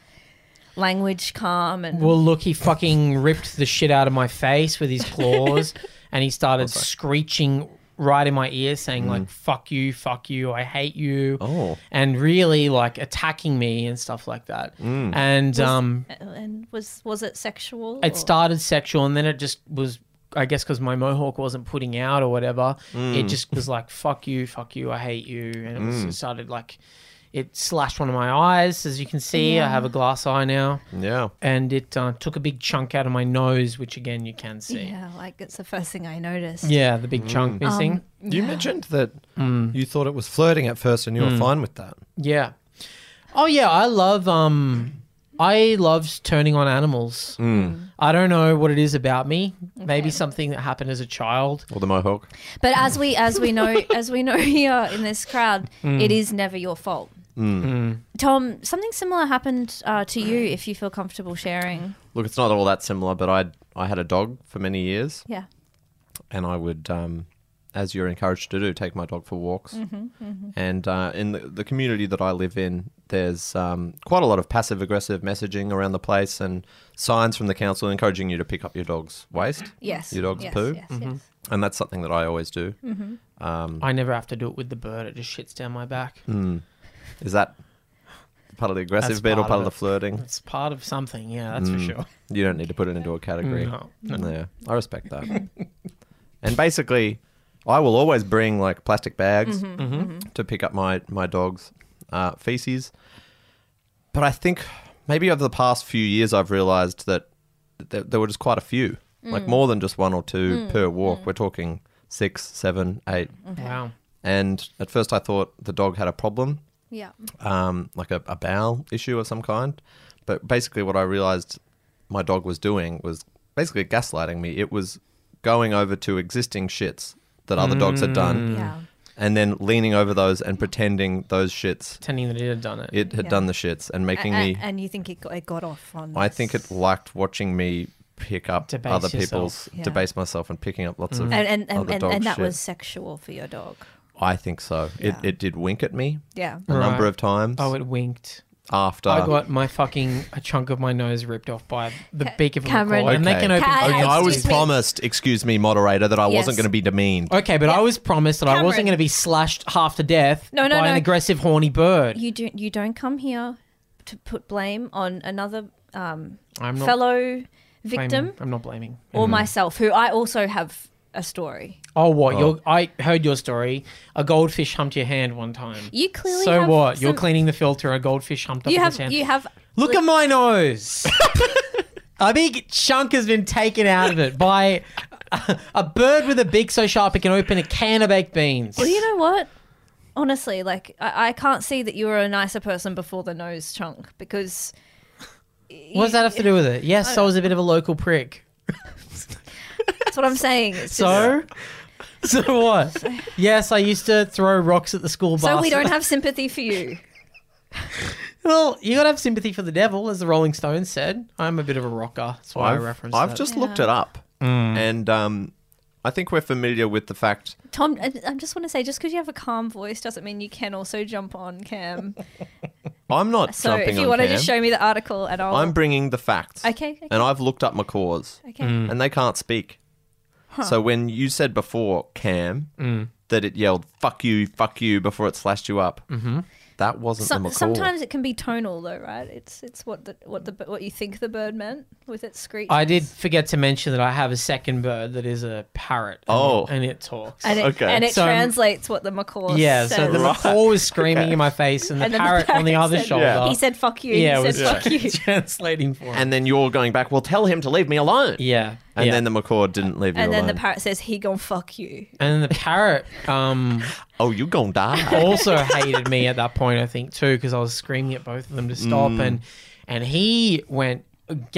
language calm and
Well, look, he fucking ripped the shit out of my face with his claws, and he started screeching right in my ear, saying like "fuck you, fuck you, I hate you,"
Oh.
and really like attacking me and stuff like that. And um,
uh, and was was it sexual?
It
or-
started sexual and then it just was, I guess, because my mohawk wasn't putting out or whatever. It just was like, fuck you, fuck you, I hate you. And it, was, it started like, it slashed one of my eyes. As you can see, I have a glass eye now.
Yeah.
And it uh, took a big chunk out of my nose, which again, you can see. Yeah,
Yeah, like it's the first thing I noticed.
the big chunk missing.
Um,
You mentioned that you thought it was flirting at first and you were fine with that.
Yeah. Oh yeah, I love um I love turning on animals. I don't know what it is about me. Maybe something that happened as a child.
Or the mohawk.
But as we as we know as we know here in this crowd,
Mm.
it is never your fault.
Mm.
Tom, something similar happened uh, to you. If you feel comfortable sharing,
Look, it's not all that similar, but I I had a dog for many years.
yeah,
and I would, um, as you're encouraged to do, take my dog for walks. And uh, in the, the community that I live in, there's um, quite a lot of passive aggressive messaging around the place and signs from the council encouraging you to pick up your dog's waste.
yes,
Your dog's
yes,
poo?
Yes,
Mm-hmm.
yes.
And that's something that I always do. Um,
I never have to do it with the bird. It just shits down my back.
Mm. is that part of the aggressive
That's
bit or
part
part of,
of
the
it.
flirting?
It's part of something. Yeah, that's
Mm.
for sure. Oh,
You don't need to put it into a category.
No,
Yeah, I respect that. and basically, I will always bring like plastic bags to pick up my my dog's uh, feces. But I think maybe over the past few years, I've realised that th- there were just quite a few, like more than just one or two per walk. We're talking six, seven, eight.
Wow.
And at first, I thought the dog had a problem
yeah.
um, like a, a bowel issue of some kind. But basically, what I realized my dog was doing was basically gaslighting me. It was going over to existing shits that other dogs had
Mm.
done
Yeah.
and then leaning over those and pretending those shits,
Pretending that it had done it.
it had
Yeah.
done the shits and making
A- a-
me.
and you think it got, it got off on?
I think it liked watching me pick up
Debase
other
yourself.
people's,
Yeah. Mm.
debase myself and picking up lots of.
and and and,
other
and,
dog
and that
shit.
was sexual for your dog.
I think so.
Yeah.
It, it did wink at me
Yeah.
a number
Right.
of times
oh, it winked.
after.
I got my fucking a chunk of my nose ripped off by the beak of a
Cameron.
macaw, and they
Okay.
can open.
Ca-
Okay, Oh, I was
Excuse me.
promised, excuse me, moderator, that I wasn't
Yes.
going to be demeaned.
Okay, but I was promised that I
Cameron.
wasn't going to be slashed half to death
No, no,
by
no.
an aggressive, horny bird.
You don't you don't come here to put blame on another um,
I'm not Mm.
fellow
blaming-
victim
I'm not blaming.
or myself, who I also have a story.
Oh, what? Your, I heard your story. A goldfish humped your hand one time.
You clearly
so
have
what? You're
some-
cleaning the filter. A goldfish humped up
You
his
have
hand.
you have
Look at my nose. a big chunk has been taken out of it by a, bird with a beak so sharp it can open a can of baked beans.
Well, you know what? Honestly, like I, I can't see that you were a nicer person before the nose chunk because
what does that have to do with it? Yes, I, was a bit of a local prick.
that's what I'm saying. It's
So, so what? Yes, I used to throw rocks at the school
just-
bus.
so we don't have sympathy for you.
Well, you gotta have sympathy for the devil, as the Rolling Stones said. I'm a bit of a rocker. That's why Oh, i
I've,
reference.
I've
that. Mm.
just looked it up, and um, I think we're familiar with the fact.
Tom, I, I just want to say, just because you have a calm voice doesn't mean you can also jump on cam.
I'm not
So
jumping
if you
on
want to
Cam.
just show me the article, and I'll
I'm bringing the facts.
Okay, okay.
And I've looked up macaws,
okay.
Mm.
and they can't speak. So when you said before, Cam,
Mm.
that it yelled "fuck you, fuck you" before it slashed you up, mm-hmm. that wasn't
So-
the macaw.
sometimes it can be tonal though, right? It's it's what the what the what you think the bird meant with its screech.
I did forget to mention that I have a second bird that is a parrot. and-
Oh.
and it talks.
and it,
Okay.
and it
So, um,
translates what the macaw
Yeah,
says.
so the macaw was screaming in my face, and the,
And then the
parrot, on the
parrot
other
said-
shoulder.
Yeah.
he said "fuck you."
yeah,
he
was
said "fuck you."
translating for him.
and then you're going back. Well, tell him to leave me alone.
yeah,
And
yeah.
then the macaw didn't leave
And
you
then
alone.
the parrot says, "He gon' fuck you."
and then the parrot um,
oh, you gonna die?
also hated me at that point, I think too, because I was screaming at both of them to stop,
Mm.
and and he went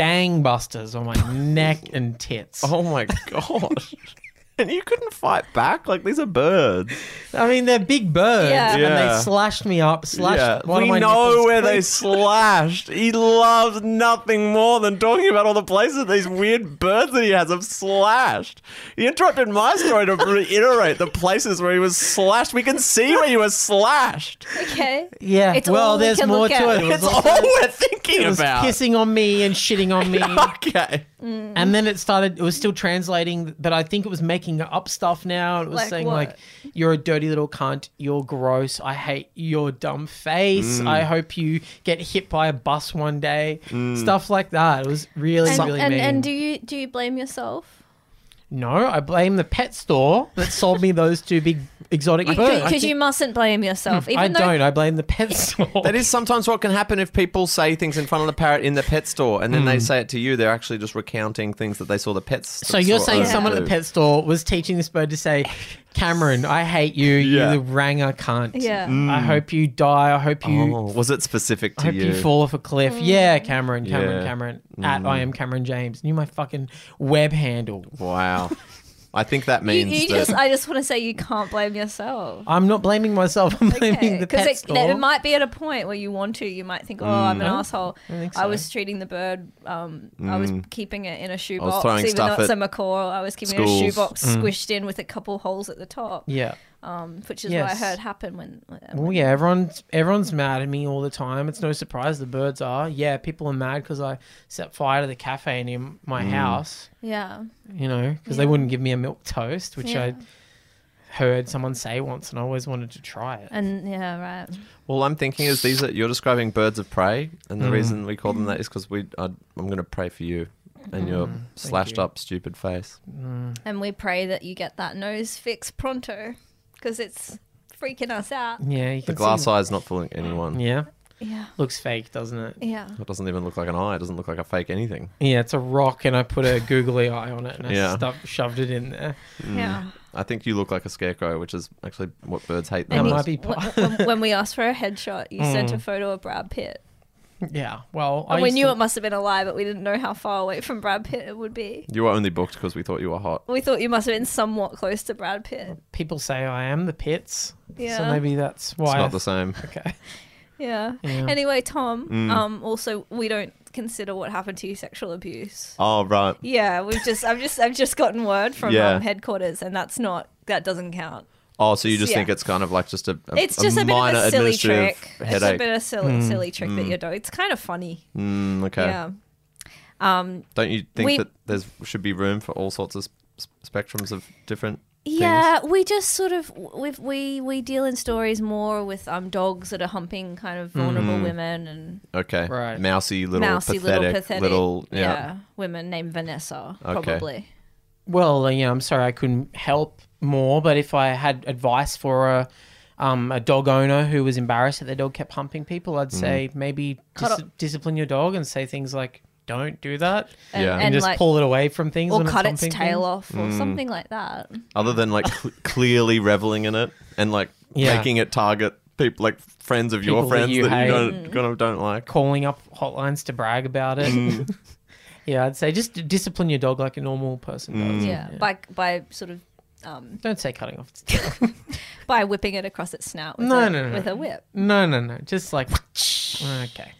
gangbusters on my neck and tits.
oh my gosh! and you couldn't fight back. Like these are birds.
I mean, they're big birds,
Yeah.
and
Yeah.
they slashed me up. Slashed one
we
of my
know
nipples.
where they slashed. He loves nothing more than talking about all the places these weird birds that he has have slashed. He interrupted my story to reiterate the places where he was slashed. We can see where you were slashed.
Okay.
Yeah,
It's
well,
all we
there's
can
more
look
to
at.
it. it.
It's
was
all
also-
we're thinking
it was
about.
kissing on me and shitting on me.
Okay.
And then it started. It was still translating, but I think it was making up stuff now. It was
Like
saying
what?
like, "You're a dirty little cunt. You're gross. I hate your dumb face. I hope you get hit by a bus one day." Stuff like that. It was really,
And,
really
and,
mean.
and do you do you blame yourself?
no, I blame the pet store that sold me those two big exotic birds. I Hmm,
Because you mustn't blame yourself. Even
I
though
don't. I blame the pet store.
That is sometimes what can happen if people say things in front of the parrot in the pet store and then they say it to you. They're actually just recounting things that they saw the pets.
Hmm. So you're saying
Yeah.
someone at the pet store was teaching this bird to say, Cameron, I hate you. You
Yeah. Mm.
the ranger cunt.
Yeah.
I hope you die. I hope you.
Oh, was it specific
I
to
hope you. fall off a cliff.
Mm.
Yeah, Cameron, Cameron,
Yeah. Mm.
Cameron. At I am Cameron James. Knew my fucking web handle.
Wow. I think that
you,
means
you
that
just I just want to say you can't blame yourself.
I'm not blaming myself. I'm blaming the pet
it,
store. Mm.
there might be at a point where you want to. You might think, "Oh, I'm an asshole. I,
think Mm.
was treating the bird. Um, I was keeping it in a
was
shoebox,
throwing
even
stuff
though it's a
at
macaw. I was keeping it in a
schools.
shoebox,
Mm.
squished in with a couple holes at the top.
yeah.
Um, which is
Yes.
what I heard happen when.
Well, yeah. Everyone's everyone's mad at me all the time. It's no surprise the birds are. Yeah, people are mad because I set fire to the cafe near my
Mm.
house.
yeah.
you know, because they wouldn't give me a milk toast, which I heard someone say once, and I always wanted to try it.
And yeah, right.
All I'm thinking is these are you're describing birds of prey, and
Hmm.
the reason we call them that is because we I, I'm going to pray for you and your slashed
Hmm. you.
up stupid face.
Mm.
And we pray that you get that nose fixed pronto because it's freaking us out.
Yeah, you
The
can
glass
see,
eye's not fooling anyone.
Yeah,
Yeah.
looks fake, doesn't it?
Yeah.
It doesn't even look like an eye. It doesn't look like a fake anything.
Yeah, it's a rock, and I put a googly eye on it, and I
Yeah.
stuff, shoved it in there.
Yeah.
I think you look like a scarecrow, which is actually what birds hate the
That
And
might
most.
be. Mm.
Wh- when, when we asked for a headshot, you sent a photo of Brad Pitt.
Yeah, well,
And
I
we
used
knew
to-
it must have been a lie, but we didn't know how far away from Brad Pitt it would be.
You were only booked because we thought you were hot.
We thought you must have been somewhat close to Brad Pitt.
people say I am the pits. Yeah. So
Yeah.
maybe that's why.
It's
I-
not the same.
okay.
Yeah.
Yeah.
Anyway, Tom,
Mm.
um, also, we don't consider what happened to you sexual abuse.
Oh right.
Yeah, we've just I've just I've just gotten word from
Yeah.
um, headquarters, and that's not that doesn't count.
Oh, so you just
Yeah.
think it's kind of like just a, a
It's just a, bit of
minor
a silly
administrative
trick. It's a
headache.
bit of silly
Mm.
silly trick that you're doing. It's kind of funny.
Mm, okay.
Yeah. Um.
Don't you think
We-
that there's should be room for all sorts of s- spectrums of different? things?
Yeah, we just sort of we we we deal in stories more with um dogs that are humping kind of vulnerable women and
Okay.
Right.
Mousy Mm-hmm. little
mousy
pathetic
little pathetic
little yeah.
women named Vanessa
Okay.
probably.
well, you know, I'm sorry I couldn't help more, but if I had advice for a um, a dog owner who was embarrassed that their dog kept humping people,
Mm.
I'd say maybe dis- discipline your dog and say things like, "Don't do that,"
And,
Yeah. Mm.
and,
and, just
like,
pull it away from things,
or
when
cut its
it's, humping
tail
things.
off or something like that.
Other than like cl- clearly reveling in it and like
Yeah.
making it target people like friends of
People
your
that
friends that
you
you,
hate.
Mm.
don't kind of don't like.
calling up hotlines to brag about it.
Mm.
yeah, I'd say just d- discipline your dog like a normal person does.
Mm.
Yeah, by by sort of um,
Don't say cutting off its tail.
by whipping it across its snout with,
No,
a,
no, no,
with
no.
a whip,
no, no, no. Just like okay.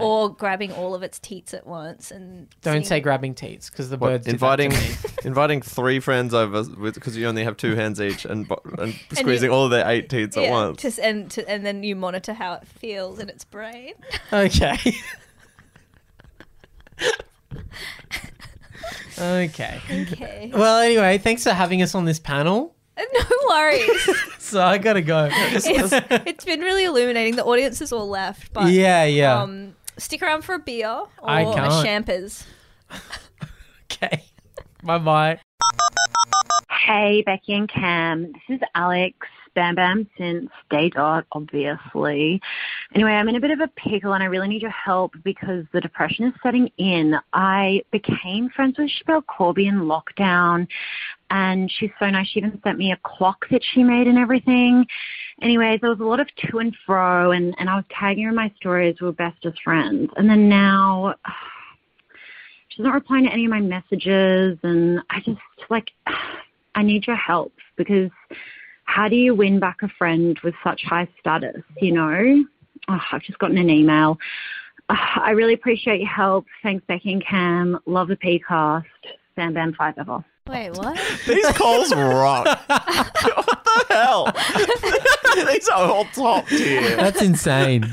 or grabbing all of its teats at once and
Don't
seeing-
say grabbing teats because the
What,
birds
inviting
Do that to me.
inviting three friends over because you only have two hands each and bo- and squeezing all of their eight teats at
Yeah,
once.
just- and to, and then you monitor how it feels in its brain.
Okay. okay.
Okay,
Well, anyway, thanks for having us on this panel.
no worries.
So I gotta go.
it's, it's been really illuminating. The audience has all left, but
yeah, yeah.
um, stick around for a beer or
I
a
can't.
champers.
okay. Bye bye.
Hey, Becky and Cam. This is Alex. Bam Bam since day dot, obviously. Anyway, I'm in a bit of a pickle and I really need your help because the depression is setting in. I became friends with Shabelle Corby in lockdown and she's so nice. She even sent me a clock that she made and everything. Anyways, there was a lot of to and fro and, and I was tagging her in my stories. We were bestest friends. And then now she's not replying to any of my messages and I just like I need your help because how do you win back a friend with such high status, you know? Oh, I've just gotten an email. Ah, I really appreciate your help. Thanks, Becky and Cam. Love the PCast. Bam Bam Five Ever.
Wait, what?
These calls rock. what the hell? These are all top tier.
That's insane.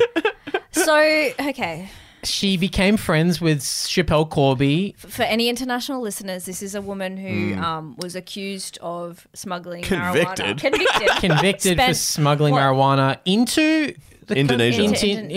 so okay,
she became friends with Chappelle Corby.
for any international listeners, this is a woman who
Hmm.
um, was accused of smuggling
Convicted.
marijuana. Convicted.
convicted for
Spent-
smuggling
what?
marijuana into the coun-
Indonesia.
into
Into
Indonesia.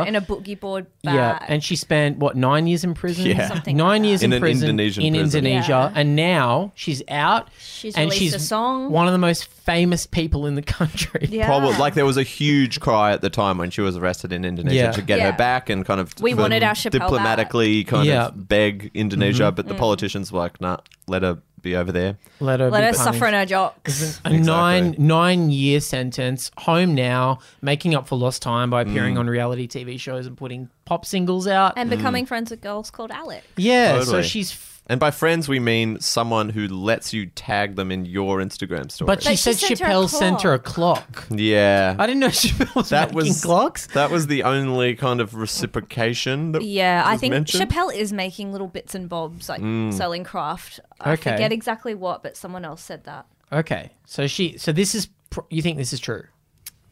Indonesia.
in a boogie board bag.
yeah, and she spent what nine years in prison?
Yeah.
Something
nine years
In
in,
an
prison
Indonesian
in
prison.
Indonesia, and now she's out.
She's
and
released
she's
a song.
One of the most famous people in the country.
yeah.
Probably, like there was a huge cry at the time when she was arrested in Indonesia
Yeah.
to get
Yeah.
her back and kind of
We
for-
wanted our Chappelle back. Mm.
diplomatically kind
Yeah.
of beg Indonesia, but the politicians were like, "Nah, let her be over there."
Let her,
Let
be
her
punished.
suffer in her jocks.
A nine nine year sentence, home now, making up for lost time by
Mm.
appearing on reality TV shows and putting pop singles out.
And becoming friends with girls called Alex.
yeah, so
Totally.
she's. f-
And by friends, we mean someone who lets you tag them in your Instagram story.
But she
she
said
sent her a
Chappelle sent her a clock.
yeah,
I didn't know Chappelle was
that
making
was
clocks.
That was the only kind of reciprocation. That
Yeah, I
was
think
mentioned. Mm.
Chappelle is making little bits and bobs, like selling craft. I
Okay.
forget exactly what, but someone else said that.
Okay, so she, so this is, pr- you think this is true?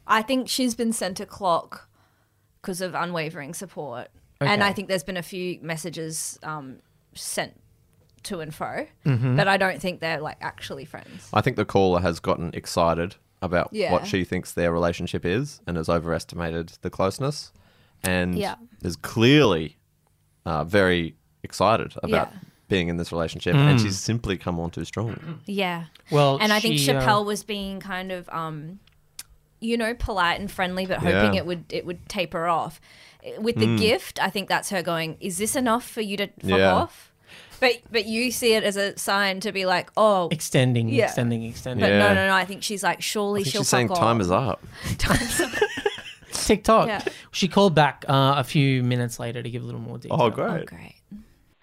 I think she's been sent a clock because of unwavering support.
Okay.
And I think there's been a few messages um, sent to and fro,
Mm-hmm.
but I don't think they're like actually friends.
I think the caller has gotten excited about
Yeah.
what she thinks their relationship is and has overestimated the closeness and
Yeah.
is clearly uh, very excited about
Yeah.
being in this relationship and she's simply come on too strong.
Yeah.
Well,
and I think
she, uh,
Chappelle was being kind of, um, you know, polite and friendly, but hoping
Yeah. Hmm.
it would it would taper off. Eh, With the gift, I think that's her going. Is this enough for you to fuck
Yeah.
off? But but you see it as a sign to be like, oh,
extending,
Yeah.
extending, extending.
but no,
Yeah.
no, no. I think she's like, surely
I think
she'll
she's saying
fuck
time
off.
is up.
Time's up.
TikTok.
Yeah.
She called back uh, a few minutes later to give a little more detail.
Oh, great.
Great.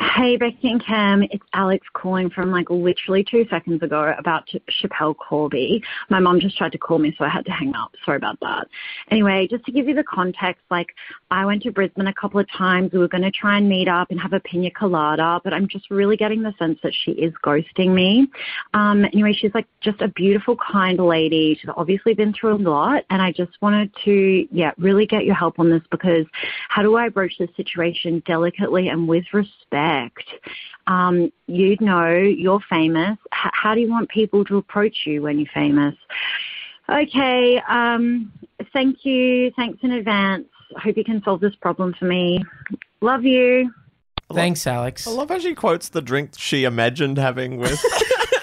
Hey, Becky and Cam, it's Alex calling from like literally two seconds ago about Ch- Chappelle Corby. My mom just tried to call me, so I had to hang up. Sorry about that. Anyway, just to give you the context, like I went to Brisbane a couple of times. We were going to try and meet up and have a pina colada, but I'm just really getting the sense that she is ghosting me. Um, anyway, she's like just a beautiful, kind lady. She's obviously been through a lot, and I just wanted to, yeah, really get your help on this because how do I approach this situation delicately and with respect? Um, you know, you're famous. H- how do you want people to approach you when you're famous? Okay, um, thank you. Thanks in advance. Hope you can solve this problem for me. Love you.
Thanks, Alex.
I love how she quotes the drink she imagined having with.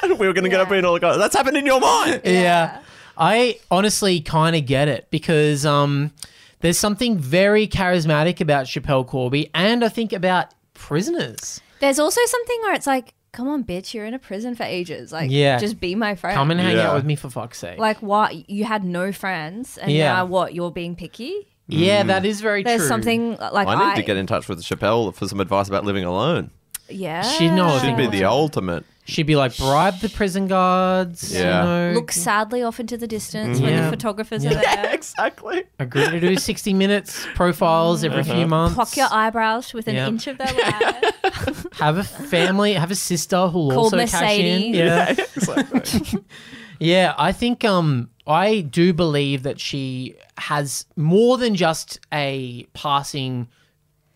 we were going to get up and all go, that's happened in your mind.
yeah. I honestly kind of get it because um, there's something very charismatic about Chappelle Corby and I think about prisoners.
There's also something where it's like, come on, bitch, you're in a prison for ages. Like,
Yeah.
just be my friend.
Come and hang
Yeah.
out with me for fuck's sake.
like, what? You had no friends, and
Yeah.
now what? You're being picky.
yeah,
Mm.
that is very
There's
true.
something uh, like
I need to get in touch with Chappelle for some advice about living alone.
Yeah,
She knows.
She'd be the ultimate.
She'd be like, bribe the prison guards.
Yeah.
You know,
Look sadly off into the distance when
Yeah.
the photographers are there.
exactly.
agree to do 60 minutes profiles every
Uh-huh.
few months.
Pluck your eyebrows with an
Yeah.
inch of their life.
Have a family, have a sister who'll
Called
also cash in.
Mercedes.
Yeah. yeah, I think um I do believe that she has more than just a passing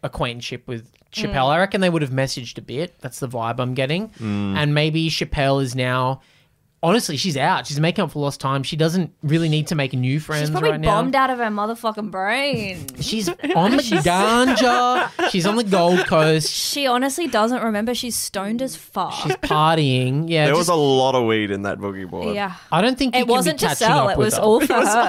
acquaintanceship with Chappelle.
Mm.
I reckon they would have messaged a bit. That's the vibe I'm getting.
Mm.
And maybe Chappelle is now honestly, she's out. She's making up for lost time. She doesn't really need to make new friends
She's probably
right now.
bombed out of her motherfucking brain.
She's on the ganja. She's on the Gold Coast.
She honestly doesn't remember. She's stoned as fuck.
She's partying. Yeah,
There
just,
was a lot of weed in that boogie board.
yeah.
I don't think you
It
can be
wasn't to
catching
sell.
up
It
with
was
her.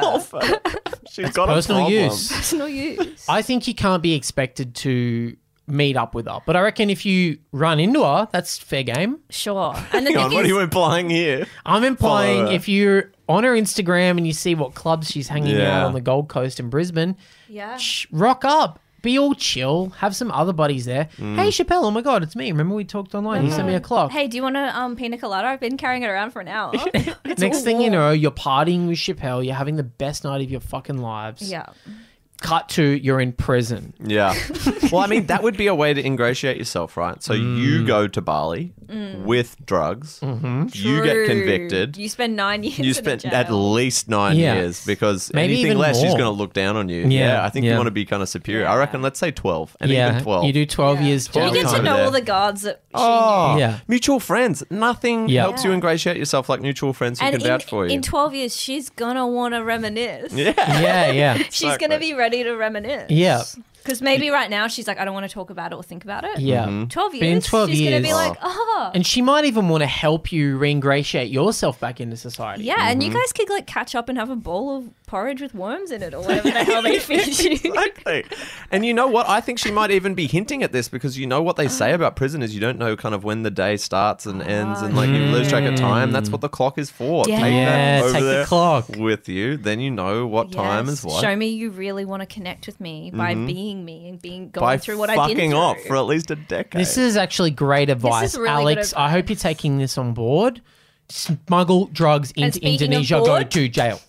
all for her.
She's got a
personal
problem.
use.
Personal use.
I think you can't be expected to meet up with her, but I reckon if you run into her, that's fair game.
Sure. And the
Hang on,
thing
what are
is,
you implying here?
I'm implying
her.
if you're on her Instagram and you see what clubs she's hanging
Yeah.
out on the Gold Coast and Brisbane,
yeah.
sh- rock up. Be all chill. Have some other buddies there.
Mm.
Hey, Chappelle. Oh my God, it's me. Remember we talked online? You sent me a clock.
Hey, do you want a um, pina colada? I've been carrying it around for an hour.
Next thing you know, you're partying with Chappelle. You're having the best night of your fucking lives.
yeah.
Cut to you're in prison.
Yeah. well, I mean, that would be a way to ingratiate yourself, right? So
Mm.
you go to Bali with drugs,
Mm-hmm.
you get
True.
convicted. Mm. You-
You spend nine years.
spent
in a
at
jail.
least nine
Yeah.
years because
Maybe
anything
even
less, she's
more.
going to look down on you. Yeah,
Yeah,
I think you
yeah.
want to be kind of superior. I reckon, let's say 12, and
yeah,
even 12.
you do 12 years.
You
jail
get to
time.
know
there.
all the guards that she
Oh,
Yeah.
mutual friends. Nothing
Yeah.
helps you ingratiate yourself like mutual friends who
knew. And
can vouch for
in,
you.
in 12 years, she's going to want to reminisce.
yeah.
Yeah, yeah,
She's going to be ready to reminisce.
Yeah.
Because maybe right now she's like, I don't want to talk about it or think about it.
yeah.
Mm-hmm.
12 years.
in 12
she's going to be
years-
like, oh.
And she might even want to help you re-ingratiate yourself back into society.
Yeah, and you
Mm-hmm.
guys could like catch up and have a bowl of porridge with worms in it or whatever the hell they feed you.
Exactly. And you know what? I think she might even be hinting at this because you know what they say about prison is you don't know kind of when the day starts and ends and like you lose track of time. That's what the clock is for.
Yeah.
Take that
Yeah,
over
take the
there
clock.
with you. Then you know what time is what. Mm-hmm.
Show me you really want to connect with me by being me and being going
By
through what I've been
fucking
through.
off for at least a decade.
This is actually great advice,
is really good
Alex. I
advice.
hope you're taking this on board. Smuggle drugs into
speaking of
Indonesia, go
board-
to jail.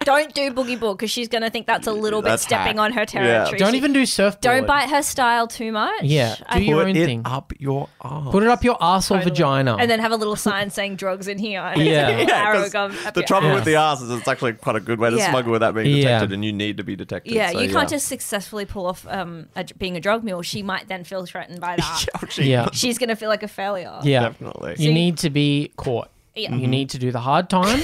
Don't do boogie board because she's going to think that's a little bit
That's
stepping
hack.
on her
Yeah.
territory.
Don't
She-
even do surfboard.
don't bite her style too much.
Yeah, do
I-
your
Put
own
it
thing.
up your arse.
Put it up your ass or
Totally.
vagina.
and then have a little sign saying drugs in here. And
Oh. Yeah.
yeah.
Yeah, 'cause the trouble
ass.
with the arse is it's actually quite a good way to
Yeah.
smuggle without being
Yeah.
detected, and you need to be detected.
Yeah,
so,
you can't just successfully pull off um, a, being a drug mule. She might then feel threatened by that.
Oh, gee,
yeah,
She's going to feel like a failure.
yeah.
Definitely.
You need to be caught.
Yeah.
You need to do the hard time.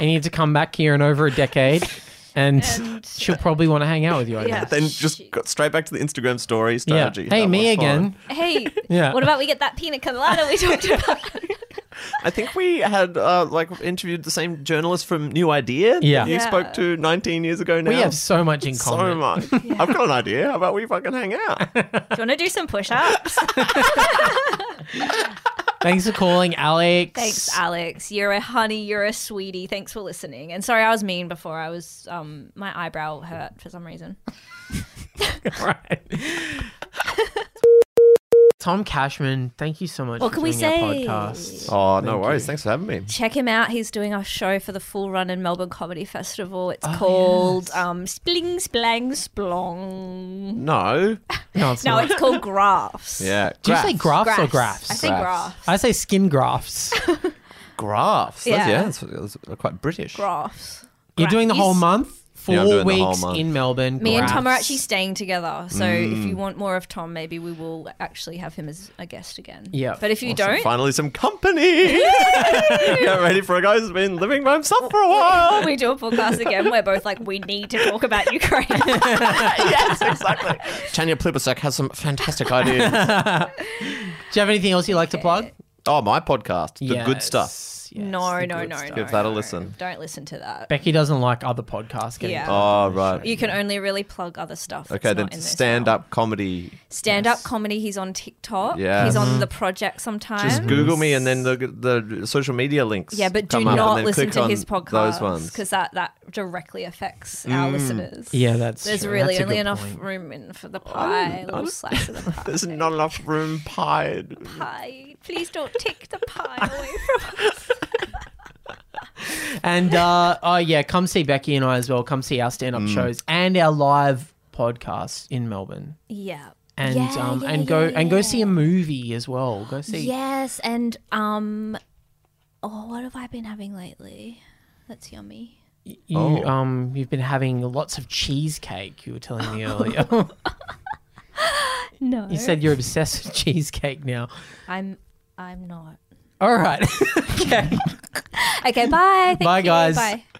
and you need to come back here in over a decade, and,
And-
she'll probably want to hang out with you. I
Yeah.
guess.
Then just got straight back to the Instagram story
Yeah.
strategy.
Hey,
That
me
was fine.
again.
Hey,
Yeah.
what about we get that pina colada we talked about?
I think we had uh, like interviewed the same journalist from New Idea. that
Yeah.
you
Yeah.
spoke to 19 years ago. Now
We have so much in
so
common.
much. I've got an idea. How about we fucking hang out?
Do you want to do some push ups?
Thanks for calling, Alex.
Thanks, Alex. You're a honey. You're a sweetie. Thanks for listening. And sorry, I was mean before. I was, um, my eyebrow hurt for some reason.
Right. Tom Cashman, thank you so much
What
for
can we
doing
say?
our podcast.
Oh, no worries. Thanks for having me.
Check him out. He's doing a show for the full run in Melbourne Comedy Festival. It's
Oh,
called um, Spling Splang Splong.
No.
No, it's
No,
not.
it's called Graphs.
Yeah.
Do you say
graphs?
graphs, or graphs?
I say
Graphs.
graphs.
I say skin grafts.
Graphs. That's-
Yeah.
Yeah. That's, that's quite British.
Graphs.
You're doing the
You
whole
s-
month? four
Yeah, I'm doing the whole
weeks
month.
in Melbourne.
Me and Tom are
Graphs.
actually staying together. So if
Mm.
you want more of Tom, maybe we will actually have him as a guest again.
Yeah.
But if you
Awesome.
don't,
Finally, some company. Get ready for a guy who's been living by himself for a while.
when oh, we do a podcast again, we're both like, we need to talk about Ukraine.
yes, exactly. Tanya Plibersek has some fantastic ideas.
Do you have anything else you'd like to plug?
oh, my podcast, the good stuff.
Yes,
no,
the
no,
good
no,
stuff.
no.
Give that a
no.
listen.
Don't listen to that.
Becky doesn't like other podcasts. Getting
Yeah.
yeah.
Oh, right.
You can only really plug other stuff.
okay, then stand up comedy.
Stand up comedy. He's on TikTok.
Yes.
He's
Mm-hmm.
on The Project sometimes.
Just Google me and then the, the social media links.
yeah, but do
come up and
not
then
listen
click
to
on
his
Those
podcast
ones. Mm.
because that, that directly affects our listeners.
Yeah, that's
There's
true.
really
That's a
only
good
enough
point.
room in for the pie, a little slice of the pie.
There's not enough room pie.
pie. Please don't take the pie away from us.
And uh, oh yeah, come see Becky and I as well. Come see our stand-up
Mm.
shows and our live podcast in Melbourne.
Yeah.
And
Yeah,
um
yeah,
and go
yeah,
and go
yeah.
see a movie as well. Go see.
Yes, and um, oh, what have I been having lately? That's yummy.
You
Oh.
um you've been having lots of cheesecake. You were telling me earlier.
No,
you said you're obsessed with cheesecake now.
I'm. I'm not.
All right. okay.
Okay, bye. Thank
Bye,
you,
guys.
Bye.